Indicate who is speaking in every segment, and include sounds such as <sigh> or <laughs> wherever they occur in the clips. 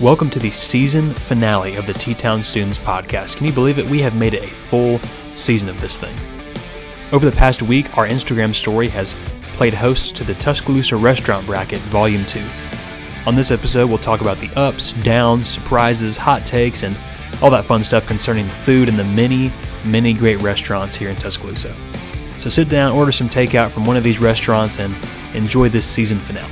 Speaker 1: Welcome to the season finale of the T Town Students Podcast. Can you believe it? We have made it a full season of this thing. Over the past week, our Instagram story has played host to the Tuscaloosa Restaurant Bracket Volume 2. On this episode, we'll talk about the ups, downs, surprises, hot takes, and all that fun stuff concerning the food and the many, many great restaurants here in Tuscaloosa. So sit down, order some takeout from one of these restaurants, and enjoy this season finale.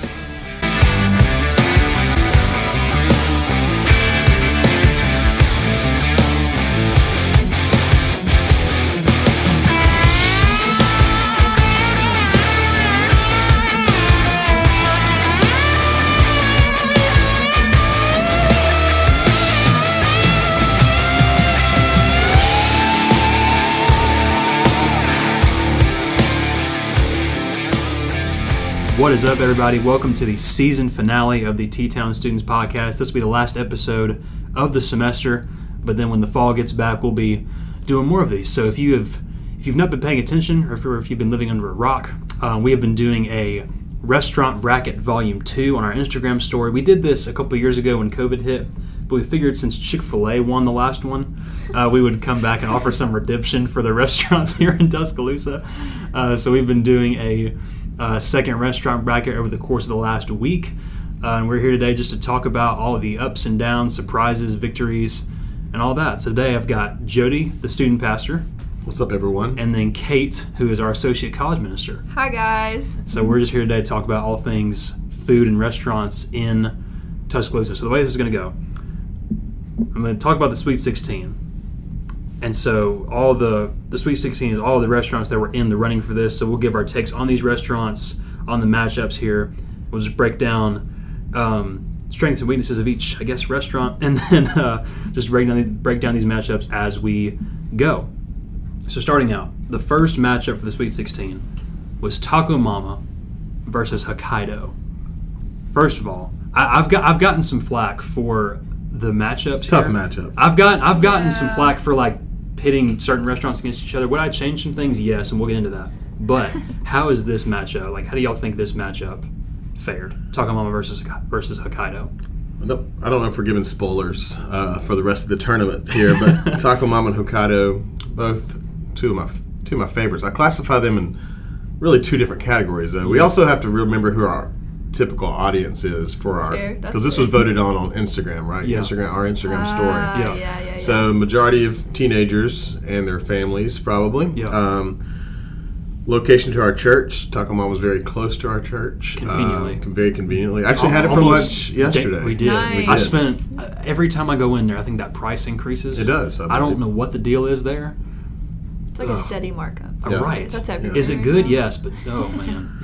Speaker 1: What is up, everybody? Welcome to the season finale of the T Town Students Podcast. This will be the last episode of the semester, but then when the fall gets back, we'll be doing more of these. So if you have if you've not been paying attention, or if, or if you've been living under a rock, uh, we have been doing a restaurant bracket volume two on our Instagram story. We did this a couple years ago when COVID hit, but we figured since Chick Fil A won the last one, uh, we would come back and offer some redemption for the <laughs> restaurants here in Tuscaloosa. Uh, so we've been doing a uh, second restaurant bracket over the course of the last week. Uh, and we're here today just to talk about all of the ups and downs, surprises, victories, and all that. So today I've got Jody, the student pastor,
Speaker 2: What's up, everyone?
Speaker 1: and then Kate, who is our associate college minister.
Speaker 3: Hi guys.
Speaker 1: So we're just here today to talk about all things food and restaurants in Tuscaloosa. So the way this is going to go, I'm going to talk about the Sweet 16. And so all the the Sweet 16 is all the restaurants that were in the running for this. So we'll give our takes on these restaurants, on the matchups here. We'll just break down um, strengths and weaknesses of each, I guess, restaurant, <laughs> and then uh, just break down break down these matchups as we go. So starting out, the first matchup for the Sweet 16 was Taco Mama versus Hokkaido. First of all, I, I've got I've gotten some flack for the matchups.
Speaker 2: Tough
Speaker 1: here.
Speaker 2: matchup.
Speaker 1: I've gotten I've gotten some
Speaker 3: Yeah.
Speaker 1: flack for like pitting certain restaurants against each other. Would I change some things? Yes, and we'll get into that. But
Speaker 3: <laughs>
Speaker 1: how is this matchup? Like, how do y'all think this matchup fared? Takamama versus versus Hokkaido.
Speaker 2: I don't, I don't know if we're giving spoilers uh, for the rest of the tournament here,
Speaker 3: <laughs>
Speaker 2: but Taco Mom and Hokkaido, both two of my f- two of my favorites. I classify them in really two different categories, though. We also have to remember who our typical audience is for our
Speaker 3: fair. That's
Speaker 2: because this was voted on on Instagram, right?
Speaker 1: Yeah.
Speaker 2: Instagram, our Instagram
Speaker 3: Ah,
Speaker 2: story.
Speaker 1: Yeah.
Speaker 3: yeah, yeah, yeah.
Speaker 2: So majority of teenagers and their families probably.
Speaker 1: Yeah.
Speaker 2: Um, location to our church. Taco Mom was very close to our church.
Speaker 1: Conveniently.
Speaker 2: Um, very conveniently. I actually had it for
Speaker 1: Almost
Speaker 2: lunch yesterday.
Speaker 1: da- we did.
Speaker 3: Nice.
Speaker 1: I spent uh, every time I go in there. I think that price increases.
Speaker 2: It does, I
Speaker 1: I, don't
Speaker 2: believe.
Speaker 1: know what the deal is there.
Speaker 3: it's like a steady markup.
Speaker 2: Yeah.
Speaker 1: Right.
Speaker 3: That's everything.
Speaker 1: Is it
Speaker 3: right
Speaker 1: good?
Speaker 3: now.
Speaker 1: Yes, but oh man.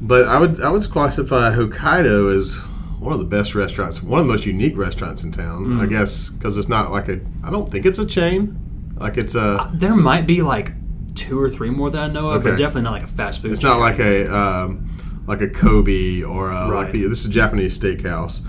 Speaker 2: But I would I would classify Hokkaido as one of the best restaurants, one of the most unique restaurants in town,
Speaker 1: Mm.
Speaker 2: I guess, because it's not like a. I don't think it's a chain. Like it's a.
Speaker 1: There might be like two or three more that I know of, but
Speaker 2: Okay.
Speaker 1: definitely not like a fast food.
Speaker 2: It's not like a um, like a Kobe or a,
Speaker 1: Right.
Speaker 2: like the, this is a Japanese steakhouse.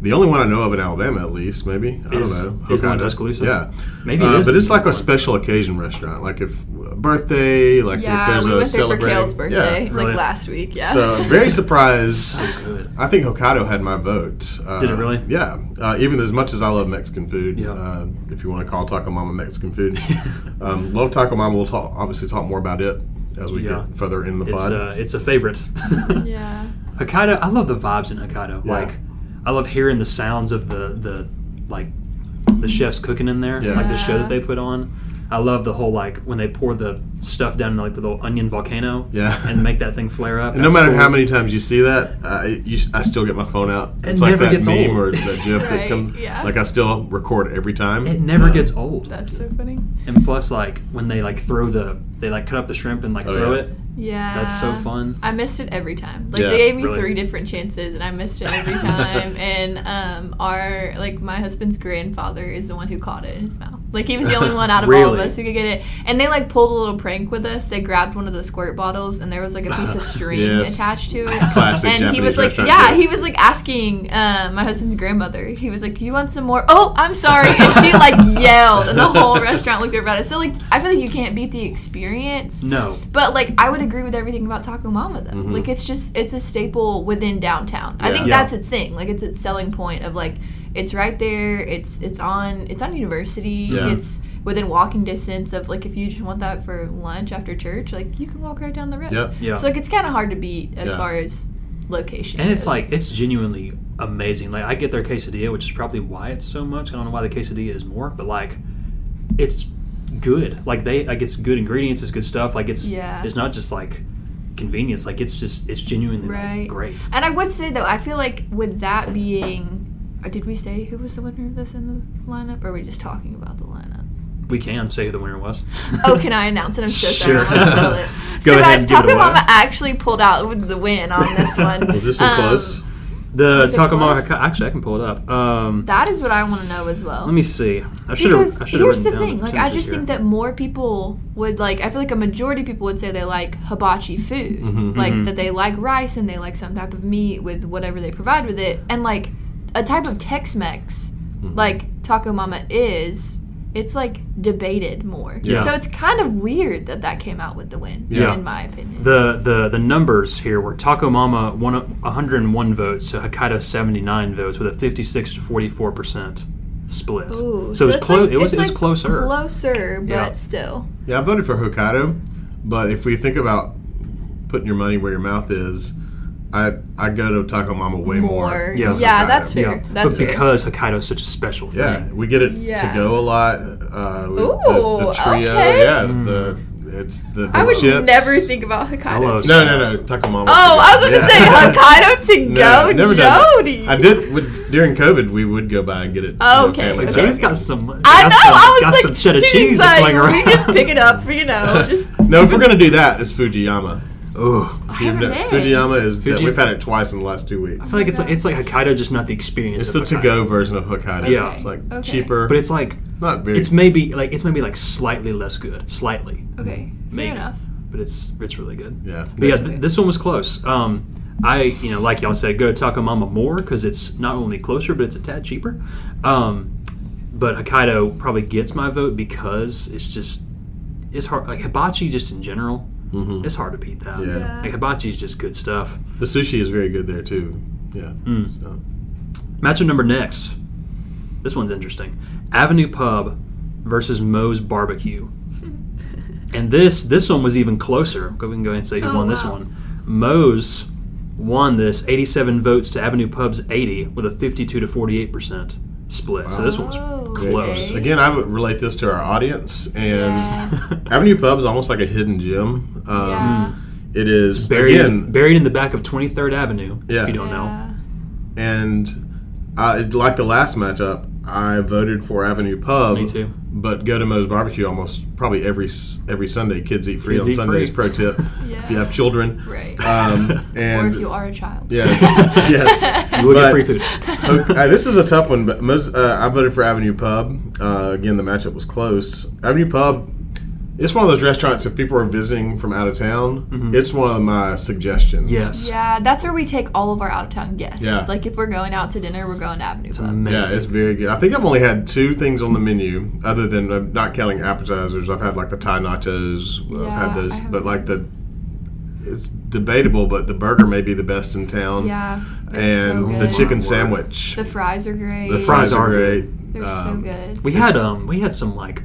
Speaker 2: The only one I know of in Alabama, at least, maybe I
Speaker 1: Is-
Speaker 2: don't know.
Speaker 1: is the one in
Speaker 2: Hokkaido.
Speaker 1: Tuscaloosa?
Speaker 2: Yeah,
Speaker 1: Maybe it
Speaker 2: Uh,
Speaker 1: is
Speaker 2: but
Speaker 1: a
Speaker 2: it's like
Speaker 1: unique
Speaker 2: a
Speaker 1: one.
Speaker 2: special occasion restaurant. Like if a birthday, like if
Speaker 3: Yeah,
Speaker 2: there's
Speaker 3: we
Speaker 2: a
Speaker 3: went there for
Speaker 2: celebration.
Speaker 3: Kale's
Speaker 2: Yeah,
Speaker 3: birthday,
Speaker 1: really.
Speaker 3: like last week. Yeah. <laughs>
Speaker 2: So I'm very surprised.
Speaker 1: good.
Speaker 2: I think Hokkaido had my vote. Uh,
Speaker 1: Did it really?
Speaker 2: Yeah. Uh, even as much as I love Mexican food,
Speaker 1: Yeah.
Speaker 2: uh, if you want to call Taco Mama
Speaker 1: <laughs>
Speaker 2: Mexican food, um, love Taco Mama. We'll talk, obviously talk more about it as we
Speaker 1: Yeah.
Speaker 2: get further in the
Speaker 1: It's
Speaker 2: pod.
Speaker 1: uh, it's a favorite.
Speaker 3: yeah.
Speaker 1: Hokkaido, I love the vibes in Hokkaido.
Speaker 2: Yeah.
Speaker 1: Like, I love hearing the sounds of the the like the chefs cooking in there,
Speaker 2: Yeah.
Speaker 1: like the show
Speaker 3: Yeah.
Speaker 1: that they put on. I love the whole like when they pour the stuff down in like the little onion volcano,
Speaker 2: Yeah.
Speaker 1: and make that thing flare up.
Speaker 2: and no
Speaker 1: That's
Speaker 2: matter
Speaker 1: cool.
Speaker 2: how many times you see that, I, you, s- I still get my phone out. It's like
Speaker 1: never
Speaker 2: that
Speaker 1: gets
Speaker 2: meme
Speaker 1: old.
Speaker 2: or that
Speaker 1: <laughs>
Speaker 2: GIF that
Speaker 3: Right,
Speaker 2: comes.
Speaker 3: yeah.
Speaker 2: Like I still record every time.
Speaker 1: it never gets old.
Speaker 3: That's so funny.
Speaker 1: And plus, like when they like throw the they like cut up the shrimp and like
Speaker 2: Oh,
Speaker 1: throw
Speaker 2: yeah.
Speaker 1: it.
Speaker 3: Yeah.
Speaker 1: That's so fun.
Speaker 3: I missed it every time. Like
Speaker 2: Yeah,
Speaker 3: they gave me
Speaker 1: really.
Speaker 3: three different chances, and I missed it every
Speaker 2: <laughs>
Speaker 3: time. and um, our like my husband's grandfather is the one who caught it in his mouth. Like he was the only one out of all of
Speaker 1: Really?
Speaker 3: us who could get it. And they like pulled a little prank with us. They grabbed one of the squirt bottles, and there was like a
Speaker 2: <laughs>
Speaker 3: piece of string
Speaker 2: Yes.
Speaker 3: attached to it.
Speaker 2: Classic
Speaker 3: and he
Speaker 2: Japanese
Speaker 3: was like,
Speaker 2: restaurant
Speaker 3: yeah,
Speaker 2: joke.
Speaker 3: he was like asking uh, my husband's grandmother. He was like, "You want some more?" Oh, I'm sorry. And she like yelled, and the whole restaurant looked over at us. So like, I feel like you can't beat the experience.
Speaker 1: No,
Speaker 3: But like I would agree with everything about Taco Mama though. Like it's just it's a staple within downtown. I
Speaker 2: Yeah.
Speaker 3: think
Speaker 1: Yeah.
Speaker 3: that's its thing. Like it's its selling point of like It's right there. It's it's on it's on university.
Speaker 2: Yeah.
Speaker 3: It's within walking distance of like if you just want that for lunch after church, like you can walk right down the road.
Speaker 2: Yep.
Speaker 1: Yeah.
Speaker 3: So like it's kind of hard to beat as
Speaker 2: Yeah.
Speaker 3: far as location.
Speaker 1: And it's
Speaker 3: goes.
Speaker 1: like it's genuinely amazing. Like I get their quesadilla, which is probably why it's so much. I don't know why the quesadilla is more, but like it's good. Like they like it's good ingredients, it's good stuff. Like it's
Speaker 3: Yeah.
Speaker 1: it's not just like convenience. Like it's just it's genuinely like,
Speaker 3: Right.
Speaker 1: great.
Speaker 3: And I would say though, I feel like with that being, uh, did we say who was the winner of this in the lineup? Or are we just talking about the lineup?
Speaker 1: We can say who the winner was.
Speaker 3: Oh, can I announce it? I'm so sorry.
Speaker 1: Sure.
Speaker 3: I almost spelled
Speaker 1: <laughs>
Speaker 3: it.
Speaker 1: Go
Speaker 3: so,
Speaker 1: ahead
Speaker 3: guys,
Speaker 1: and give it
Speaker 3: Taco
Speaker 1: away.
Speaker 3: Mama actually pulled out with the win on
Speaker 1: <laughs>
Speaker 3: this one.
Speaker 2: Was this one
Speaker 3: Um,
Speaker 2: close?
Speaker 1: the
Speaker 3: Is it
Speaker 1: Takamaka
Speaker 3: close?
Speaker 1: actually I can pull it up. Um
Speaker 3: That is what I want to know as well.
Speaker 1: let me see. I should
Speaker 3: because
Speaker 1: have I should have
Speaker 3: here's
Speaker 1: written
Speaker 3: the
Speaker 1: down
Speaker 3: thing, like I just think that more people would like. I feel like a majority of people would say they like hibachi food,
Speaker 1: Mm-hmm.
Speaker 2: mm-hmm.
Speaker 3: like that they like rice and they like some type of meat with whatever they provide with it, and like a type of Tex-Mex,
Speaker 1: Mm-hmm.
Speaker 3: like Taco Mama is. It's like debated more,
Speaker 1: Yeah.
Speaker 3: so it's kind of weird that that came out with the win,
Speaker 1: Yeah.
Speaker 3: in my opinion.
Speaker 1: the, the the numbers here were Taco Mama one, 101 votes to Hokkaido 79 votes with a 56 to 44 percent split.
Speaker 3: Ooh,
Speaker 1: so it was
Speaker 3: it's
Speaker 1: close.
Speaker 3: like-
Speaker 1: it was
Speaker 3: it's
Speaker 1: it was
Speaker 3: like
Speaker 1: closer.
Speaker 3: closer, but
Speaker 1: Yeah.
Speaker 3: still,
Speaker 2: Yeah, I voted for Hokkaido, but if we think about putting your money where your mouth is, I I go to Taco Mama way more.
Speaker 3: More.
Speaker 1: Yeah.
Speaker 2: than
Speaker 3: Yeah,
Speaker 2: Hokkaido.
Speaker 3: that's fair.
Speaker 1: yeah,
Speaker 3: That's
Speaker 1: but
Speaker 3: fair.
Speaker 1: because Hokkaido is such a special thing,
Speaker 2: Yeah, we get it
Speaker 3: Yeah.
Speaker 2: to go a lot. Uh, we- the,
Speaker 3: Ooh,
Speaker 2: the trio,
Speaker 3: okay.
Speaker 2: yeah. The it's the, the
Speaker 3: I would
Speaker 2: chips.
Speaker 3: never think about Hokkaido.
Speaker 1: Hello,
Speaker 3: to
Speaker 2: No, no, no, Taco Mama.
Speaker 3: Oh, I was gonna
Speaker 2: Yeah. <laughs>
Speaker 1: <laughs>
Speaker 3: say Hokkaido to
Speaker 2: No,
Speaker 3: go,
Speaker 2: never done
Speaker 3: Jody.
Speaker 2: it. I did with, during COVID. We would go by and get it.
Speaker 3: Oh,
Speaker 2: you know,
Speaker 3: okay,
Speaker 2: family
Speaker 3: okay.
Speaker 1: Joey's got
Speaker 2: packs.
Speaker 1: some.
Speaker 3: I
Speaker 1: got
Speaker 3: know.
Speaker 1: Some,
Speaker 3: I was
Speaker 1: got
Speaker 3: like,
Speaker 1: some cheddar
Speaker 3: <laughs> he's
Speaker 1: cheese
Speaker 3: like,
Speaker 1: playing around.
Speaker 3: We just
Speaker 2: <laughs>
Speaker 3: pick it up for you
Speaker 1: <laughs>
Speaker 3: know. Just
Speaker 2: No, if we're gonna do that, it's Fujiyama. Oh,
Speaker 3: haven't been.
Speaker 2: Fujiyama is.
Speaker 1: Fuji-
Speaker 2: We've had it twice in the last two weeks.
Speaker 1: I feel like it's like, it's like Hokkaido, just not the experience.
Speaker 2: It's the
Speaker 1: of Hokkaido.
Speaker 2: to-go version of Hokkaido.
Speaker 1: Yeah.
Speaker 2: it's like
Speaker 3: Okay.
Speaker 2: cheaper,
Speaker 1: but it's like
Speaker 2: not very.
Speaker 1: it's maybe like it's maybe like slightly less good, slightly,
Speaker 3: okay,
Speaker 1: Maybe.
Speaker 3: fair enough.
Speaker 1: but it's it's really good.
Speaker 2: yeah,
Speaker 1: But yeah, th- this one was close. Um, I, you know, like y'all said, go to Taco Mama more because it's not only closer, but it's a tad cheaper. Um, but Hokkaido probably gets my vote because it's just it's hard. Like hibachi, just in general, it's hard to beat that.
Speaker 2: Yeah. Yeah.
Speaker 1: Like hibachi is just good stuff.
Speaker 2: Mm-hmm. the sushi is very good there too. Yeah,
Speaker 1: Mm.
Speaker 2: so,
Speaker 1: Matchup number next. This one's interesting. Avenue Pub versus Moe's
Speaker 3: <laughs>
Speaker 1: Barbecue. and this this one was even closer. Go- We can go ahead and say who
Speaker 3: Oh,
Speaker 1: won this
Speaker 3: wow.
Speaker 1: one. Moe's won this 87 votes to Avenue Pub's 80 with a 52 to 48 percent split. So this one's
Speaker 3: Oh,
Speaker 1: close.
Speaker 3: okay.
Speaker 2: again, I would relate this to our audience, and
Speaker 3: Yeah.
Speaker 2: Avenue Pub is almost like a hidden gem. Um,
Speaker 3: Yeah.
Speaker 2: It
Speaker 1: <laughs>
Speaker 2: is
Speaker 1: Buried,
Speaker 2: again,
Speaker 1: buried in the back of 23rd Avenue.
Speaker 2: Yeah.
Speaker 1: If you don't know,
Speaker 3: Yeah.
Speaker 2: and I, like the last matchup, I voted for Avenue Pub.
Speaker 1: Me too.
Speaker 2: But go to Moe's Barbecue almost probably every s- every Sunday. Kids eat free
Speaker 1: Kids
Speaker 2: on
Speaker 1: eat
Speaker 2: Sundays.
Speaker 1: free.
Speaker 2: Pro
Speaker 3: <laughs>
Speaker 2: tip:
Speaker 3: Yeah.
Speaker 2: if you have children,
Speaker 3: Right.
Speaker 2: um,
Speaker 3: <laughs> or
Speaker 2: and
Speaker 3: if you are a child. <laughs>
Speaker 2: yes, yes,
Speaker 1: you will get
Speaker 2: But-
Speaker 1: free food.
Speaker 2: <laughs> okay, uh, this is a tough one, but most uh, I voted for Avenue Pub. Uh, again, the matchup was close. Avenue Pub, it's one of those restaurants. If people are visiting from out of town,
Speaker 1: Mm-hmm.
Speaker 2: it's one of my suggestions.
Speaker 1: Yes.
Speaker 3: Yeah, that's where we take all of our out of town guests.
Speaker 2: Yeah.
Speaker 3: Like if we're going out to dinner, we're going to Avenue
Speaker 1: It's
Speaker 3: Pub.
Speaker 1: amazing.
Speaker 2: Yeah, it's very good. I think I've only had two things on the menu, other than uh, not counting appetizers. I've had like the Thai nachos. I've
Speaker 3: Yeah, I
Speaker 2: had those,
Speaker 3: haven't
Speaker 2: but like the, it's debatable, but the burger may be the best in town.
Speaker 3: Yeah. it's so
Speaker 2: and the
Speaker 3: good.
Speaker 2: chicken
Speaker 1: Word.
Speaker 2: sandwich.
Speaker 3: The fries are great.
Speaker 2: The fries
Speaker 1: are
Speaker 2: are
Speaker 1: good.
Speaker 2: great.
Speaker 3: They're
Speaker 2: Um,
Speaker 3: so good.
Speaker 1: We had um we had some like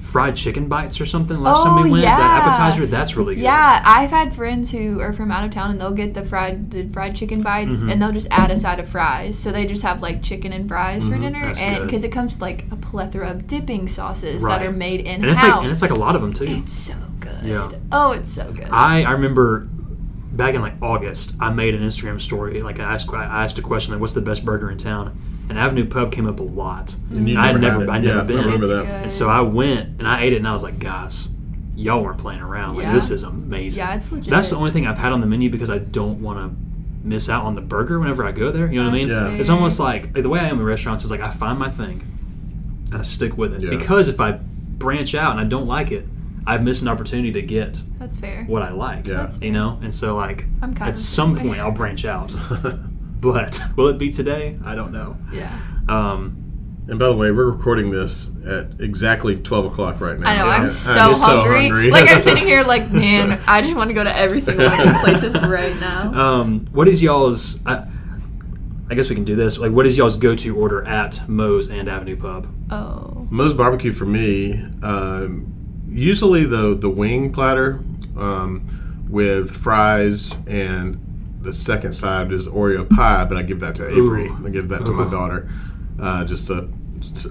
Speaker 1: fried chicken bites or something last time we
Speaker 3: Oh,
Speaker 1: went.
Speaker 3: yeah.
Speaker 1: That appetizer, that's really good.
Speaker 3: Yeah, I've had friends who are from out of town and they'll get the fried the fried chicken bites
Speaker 1: Mm-hmm.
Speaker 3: and they'll just add a side of fries. So they just have like chicken and fries for dinner
Speaker 1: Mm-hmm. that's
Speaker 3: and
Speaker 1: good.
Speaker 3: because it comes with, like a plethora of dipping sauces
Speaker 1: Right.
Speaker 3: that are made in
Speaker 1: And it's like
Speaker 3: house.
Speaker 1: and it's like a lot of them too.
Speaker 3: It's so good.
Speaker 1: Yeah.
Speaker 3: Oh, it's so good.
Speaker 1: I, I remember back in like August, I made an Instagram story. Like I asked I asked a question like, "What's the best burger in town?" And Avenue Pub came up a lot.
Speaker 2: And you
Speaker 1: I had
Speaker 2: never
Speaker 1: never,
Speaker 2: had it.
Speaker 1: I'd never
Speaker 2: Yeah, I
Speaker 1: been.
Speaker 2: remember
Speaker 3: it's
Speaker 2: that.
Speaker 3: Good.
Speaker 1: And so I went and I ate it, and I was like, "Guys, y'all weren't playing around. Like
Speaker 3: Yeah.
Speaker 1: this is amazing."
Speaker 3: yeah, it's legit.
Speaker 1: That's the only thing I've had on the menu because I don't want to miss out on the burger whenever I go there. You know what I mean?
Speaker 2: That's Yeah. fair.
Speaker 1: It's almost like, like the way I am in restaurants is like I find my thing and I stick with it
Speaker 2: Yeah.
Speaker 1: because if I branch out and I don't like it, I've missed an opportunity to get
Speaker 3: That's fair.
Speaker 1: what I like.
Speaker 2: Yeah.
Speaker 3: That's
Speaker 1: You know, and so like
Speaker 3: I'm kind
Speaker 1: at
Speaker 3: of
Speaker 1: some
Speaker 3: that way.
Speaker 1: point I'll branch out, <laughs> but will it be today? I don't know.
Speaker 3: <laughs> Yeah.
Speaker 1: Um,
Speaker 2: <laughs> And by the way, we're recording this at exactly twelve o'clock right now.
Speaker 3: I know. I'm
Speaker 2: Yeah.
Speaker 3: so, hungry. Like
Speaker 2: <laughs>
Speaker 1: <laughs>
Speaker 3: I'm sitting here, like man, I
Speaker 1: <laughs>
Speaker 3: just want to go to every single one of these places right now.
Speaker 1: um, what is y'all's? I, I guess we can do this. Like, what is y'all's go-to order at Moe's and Avenue Pub?
Speaker 3: Oh.
Speaker 2: Moe's barbecue for me, um, usually the the wing platter um, with fries and the second side is Oreo pie, but I give that to Avery.
Speaker 1: Ooh.
Speaker 2: I give that to my daughter, uh, just to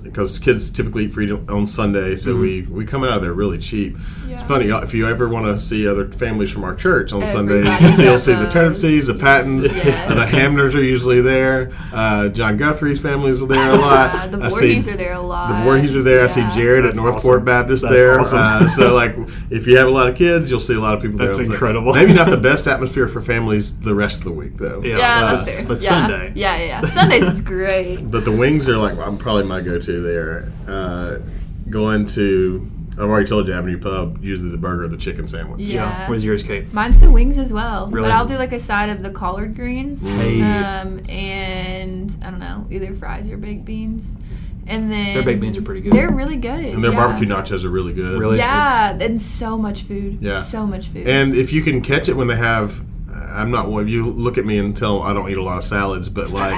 Speaker 2: because kids typically eat free on Sunday,
Speaker 1: Mm-hmm.
Speaker 2: so we we come out of there really cheap. It's
Speaker 3: Yeah.
Speaker 2: funny y'all, if you ever want to see other families from our church on Sundays, <laughs>
Speaker 3: Everybody's
Speaker 2: you'll
Speaker 3: at
Speaker 2: see the
Speaker 3: Moe's.
Speaker 2: Turnipsees, the Pattons,
Speaker 3: Yes.
Speaker 2: uh, the Hamners are usually there. Uh, John Guthrie's families are
Speaker 3: <laughs>
Speaker 2: there a lot.
Speaker 3: Yeah, the
Speaker 2: I see-
Speaker 3: Voorhees are there a lot.
Speaker 2: the Voorhees are there. I see
Speaker 3: Yeah.
Speaker 2: Jared
Speaker 1: That's
Speaker 2: at Northport
Speaker 1: awesome.
Speaker 2: Baptist
Speaker 1: That's
Speaker 2: there.
Speaker 1: awesome.
Speaker 2: Uh, so like, if you have a lot of kids, you'll see a lot of people.
Speaker 1: That's
Speaker 2: there. It's like,
Speaker 1: incredible.
Speaker 2: maybe
Speaker 1: <laughs>
Speaker 2: not the best atmosphere for families the rest of the week though.
Speaker 1: Yeah.
Speaker 3: Yeah,
Speaker 2: Uh,
Speaker 3: that's fair.
Speaker 1: but
Speaker 3: yeah.
Speaker 1: Sunday.
Speaker 3: Yeah, yeah, yeah. Sundays it's great.
Speaker 2: But the wings are like I'm probably my go-to there. Uh, going to I've already told you Avenue Pub usually the burger or the chicken sandwich.
Speaker 3: Yeah.
Speaker 1: What is yours,
Speaker 3: <laughs>
Speaker 1: Kate?
Speaker 3: Mine's the wings as well.
Speaker 1: Really?
Speaker 3: But I'll do like a side of the collard greens.
Speaker 2: Mm.
Speaker 1: Hey.
Speaker 3: Um, and I don't know, either fries or baked beans. And then
Speaker 1: Their baked beans are pretty good.
Speaker 3: They're really good.
Speaker 2: And their
Speaker 3: yeah.
Speaker 2: barbecue nachos are really good.
Speaker 1: Really?
Speaker 3: Yeah, and so much food.
Speaker 2: Yeah.
Speaker 3: So much food.
Speaker 2: And if you can catch it when they have, I'm not one. You look at me and tell I don't eat a lot of salads, but like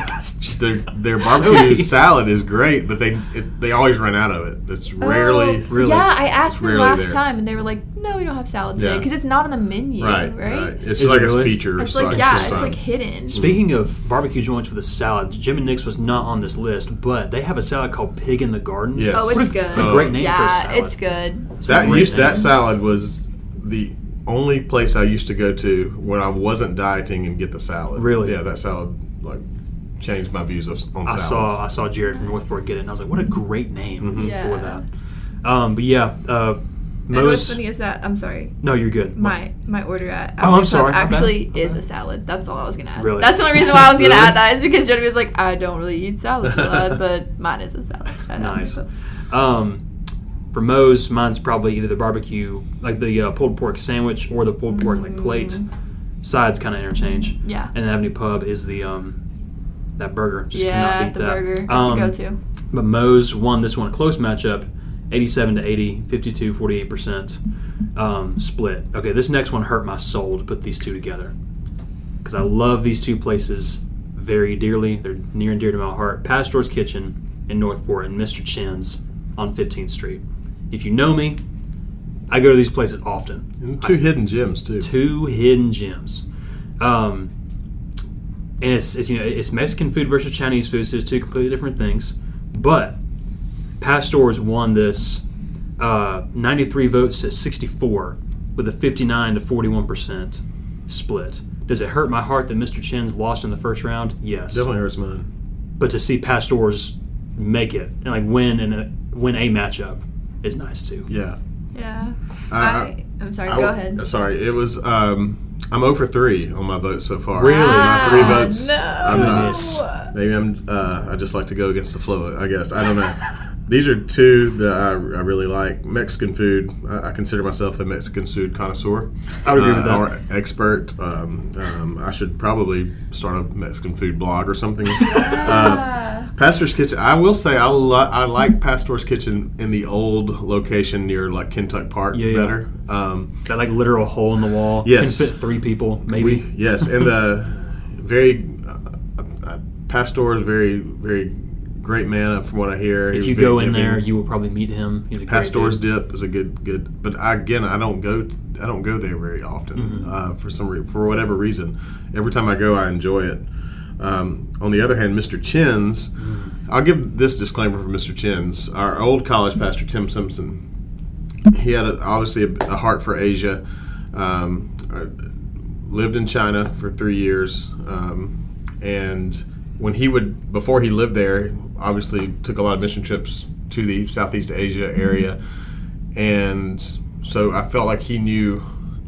Speaker 2: their
Speaker 1: <laughs>
Speaker 2: their barbecue salad is great, but they it, they always run out of it. It's rarely
Speaker 3: Oh,
Speaker 1: Really?
Speaker 3: Yeah, I asked them
Speaker 2: rarely
Speaker 3: last
Speaker 2: there.
Speaker 3: time, and they were like, "No, we don't have salad today
Speaker 2: Yeah.
Speaker 3: because it's not on the menu,
Speaker 2: right,
Speaker 3: right?"
Speaker 2: right. It's
Speaker 1: Is
Speaker 2: like
Speaker 1: it
Speaker 2: a
Speaker 1: really?
Speaker 2: feature.
Speaker 3: It's
Speaker 2: so
Speaker 3: like
Speaker 2: it's
Speaker 3: yeah,
Speaker 2: just
Speaker 3: it's
Speaker 2: on.
Speaker 3: like hidden.
Speaker 1: Speaking of barbecue joints with a salad, Jim and Nick's was not on this list, but they have a salad called Pig in the Garden.
Speaker 2: Yes.
Speaker 3: Oh,
Speaker 1: What
Speaker 3: it's
Speaker 1: a,
Speaker 3: good.
Speaker 1: What a great name
Speaker 3: yeah,
Speaker 1: for a salad.
Speaker 3: it's good.
Speaker 1: It's a
Speaker 2: that
Speaker 1: great
Speaker 2: used,
Speaker 1: name.
Speaker 2: that salad was the only place I used to go to when I wasn't dieting and get the salad.
Speaker 1: Really?
Speaker 2: Yeah, that salad like changed my views of, on
Speaker 1: I
Speaker 2: salads.
Speaker 1: saw I saw Jared from Northport get it, and I was like, what a great name
Speaker 2: Mm-hmm.
Speaker 3: Yeah.
Speaker 1: Mm, for that. Um, but yeah, uh,
Speaker 3: And what's
Speaker 1: Moe's.
Speaker 3: funny is that I'm sorry,
Speaker 1: No, you're good.
Speaker 3: my my order at
Speaker 1: Oh, I'm
Speaker 3: Outback
Speaker 1: sorry, my bad.
Speaker 3: actually is a salad. That's all I was gonna
Speaker 1: <laughs>
Speaker 3: add.
Speaker 1: Really?
Speaker 3: That's the only reason why I was gonna
Speaker 2: Really?
Speaker 3: add that is because Jenny was like, I don't really eat
Speaker 1: <laughs>
Speaker 3: salads a lot, but mine is a salad. at Outback.
Speaker 1: Nice. Um, for Moe's, mine's probably either the barbecue, like the uh, pulled pork sandwich, or the pulled pork like plate.
Speaker 3: Mm-hmm.
Speaker 1: Sides kind of interchange.
Speaker 3: Yeah.
Speaker 1: And Avenue Pub is the um, that burger. Just cannot
Speaker 3: yeah,
Speaker 1: beat
Speaker 3: the
Speaker 1: that.
Speaker 3: burger. It's
Speaker 1: Um,
Speaker 3: a go-to.
Speaker 1: But Moe's won this one a close matchup, 87 to 80, 52, 48 percent um, split. Okay, this next one hurt my soul to put these two together because I love these two places very dearly. They're near and dear to my heart. Pastor's Kitchen in Northport and Mr. Chin's on 15th Street. If you know me, I go to these places often
Speaker 2: And two hidden gems too.
Speaker 1: two hidden gems. Um, and it's, it's you know it's Mexican food versus Chinese food, so it's two completely different things. But Pastors won this uh, 93 votes to 64 with a 59 to 41 percent split. Does it hurt my heart that Mr. Chin's lost in the first round? Yes.
Speaker 2: Definitely hurts mine.
Speaker 1: But to see Pastors make it and like win and uh, win a matchup is nice too.
Speaker 2: Yeah.
Speaker 3: Yeah.
Speaker 2: I-
Speaker 3: I, I'm sorry.
Speaker 2: I- uh,
Speaker 3: go ahead.
Speaker 2: Sorry, it was. Um, I'm over three on my vote so far.
Speaker 1: Really?
Speaker 2: my three
Speaker 3: Ah,
Speaker 2: votes.
Speaker 3: no.
Speaker 2: I'm not.
Speaker 1: Goodness.
Speaker 2: Maybe I'm. Uh, I just like to go against the flow. I guess I
Speaker 1: <laughs>
Speaker 2: don't know. These are two that I, I really like. Mexican food. I, I consider myself a Mexican food connoisseur.
Speaker 1: I would agree with
Speaker 2: uh,
Speaker 1: that.
Speaker 2: Or expert. Um, um, I should probably start a Mexican food blog or something.
Speaker 1: <laughs>
Speaker 2: Uh,
Speaker 3: Ah,
Speaker 2: Pastor's Kitchen. I will say I li- I like Pastor's Kitchen in the old location near like Kentuck Park
Speaker 1: Yeah, yeah.
Speaker 2: better. Um,
Speaker 1: That like literal hole in the wall
Speaker 2: Yes.
Speaker 1: can fit three people maybe.
Speaker 2: We, yes, and the very uh, uh, pastor is very very great man from what I hear.
Speaker 1: If
Speaker 2: He
Speaker 1: you
Speaker 2: was very
Speaker 1: go in
Speaker 2: giving.
Speaker 1: there, you will probably meet him. He's a great
Speaker 2: pastor's
Speaker 1: dude.
Speaker 2: dip is a good good. But I, again, I don't go I don't go there very often
Speaker 1: Mm-hmm.
Speaker 2: uh, for some re- for whatever reason. Every time I go, I enjoy it. Um, on the other hand, Mr. Chin's,
Speaker 1: Mm.
Speaker 2: I'll give this disclaimer for Mr. Chin's. Our old
Speaker 1: Mm-hmm.
Speaker 2: college pastor, Tim Simpson, he had a, obviously a, a heart for Asia. Um, uh, lived in China for three years, um, and when he would before he lived there, obviously took a lot of mission trips to the Southeast Asia area, and so I felt like he knew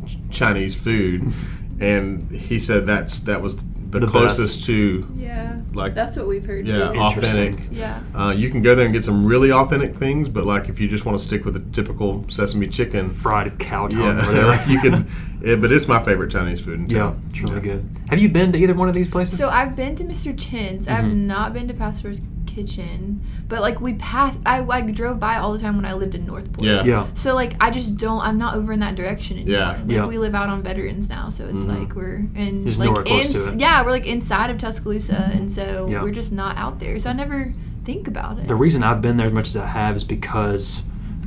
Speaker 2: Ch- Chinese
Speaker 1: <laughs>
Speaker 2: food, and he said that's that was the,
Speaker 1: The
Speaker 2: closest to
Speaker 3: yeah.
Speaker 2: like
Speaker 3: That's what we've heard
Speaker 2: yeah
Speaker 3: too.
Speaker 1: Interesting.
Speaker 2: authentic.
Speaker 3: Yeah.
Speaker 2: Uh, you can go there and get some really authentic things, but like if you just want to stick with the typical sesame chicken,
Speaker 1: fried cow tongue, or
Speaker 2: yeah, <laughs>
Speaker 1: whatever. <laughs>
Speaker 2: like you can. Yeah, but it's my favorite Chinese food. In
Speaker 1: yeah,
Speaker 2: town.
Speaker 1: it's really good. Have you been to either one of these places?
Speaker 2: Mm-hmm.
Speaker 3: So I've been to Mr. Chin's. I've not been to Pastor's kitchen, but like we passed. I like drove by all the time when I lived in Northport.
Speaker 2: Yeah.
Speaker 1: Yeah.
Speaker 3: So like I just don't. I'm not over in that direction anymore.
Speaker 2: Yeah. Mm-hmm.
Speaker 3: Like,
Speaker 1: Yeah.
Speaker 3: We live out on Veterans now, so it's like we're in
Speaker 1: Just
Speaker 3: like
Speaker 1: nowhere close to it.
Speaker 3: yeah, we're like inside of Tuscaloosa, and so
Speaker 1: Yeah.
Speaker 3: we're just not out there. So I never think about it.
Speaker 1: the reason I've been there as much as I have is because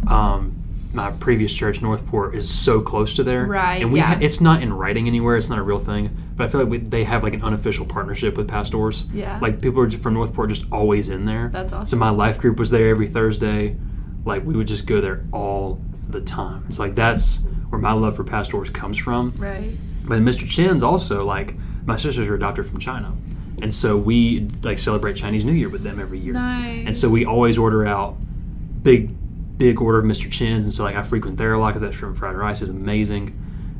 Speaker 1: um, my previous church, Northport, is so close to there.
Speaker 3: Right,
Speaker 1: And we
Speaker 3: yeah.
Speaker 1: ha- it's not in writing anywhere. It's not a real thing. But I feel like we, they have like an unofficial partnership with pastors.
Speaker 3: Yeah.
Speaker 1: Like people are just, from Northport just always in there.
Speaker 3: That's
Speaker 1: So
Speaker 3: awesome.
Speaker 1: my life group was there every Thursday. Like we would just go there all the time. It's like that's where my love for pastors comes from.
Speaker 3: right.
Speaker 1: But Mr. Chen's also like my sisters are adopted from China, and so we like celebrate Chinese New Year with them every year.
Speaker 3: Nice.
Speaker 1: And so we always order out big, big order of Mr. Chen's, and so like I frequent there a lot because that shrimp fried rice is amazing.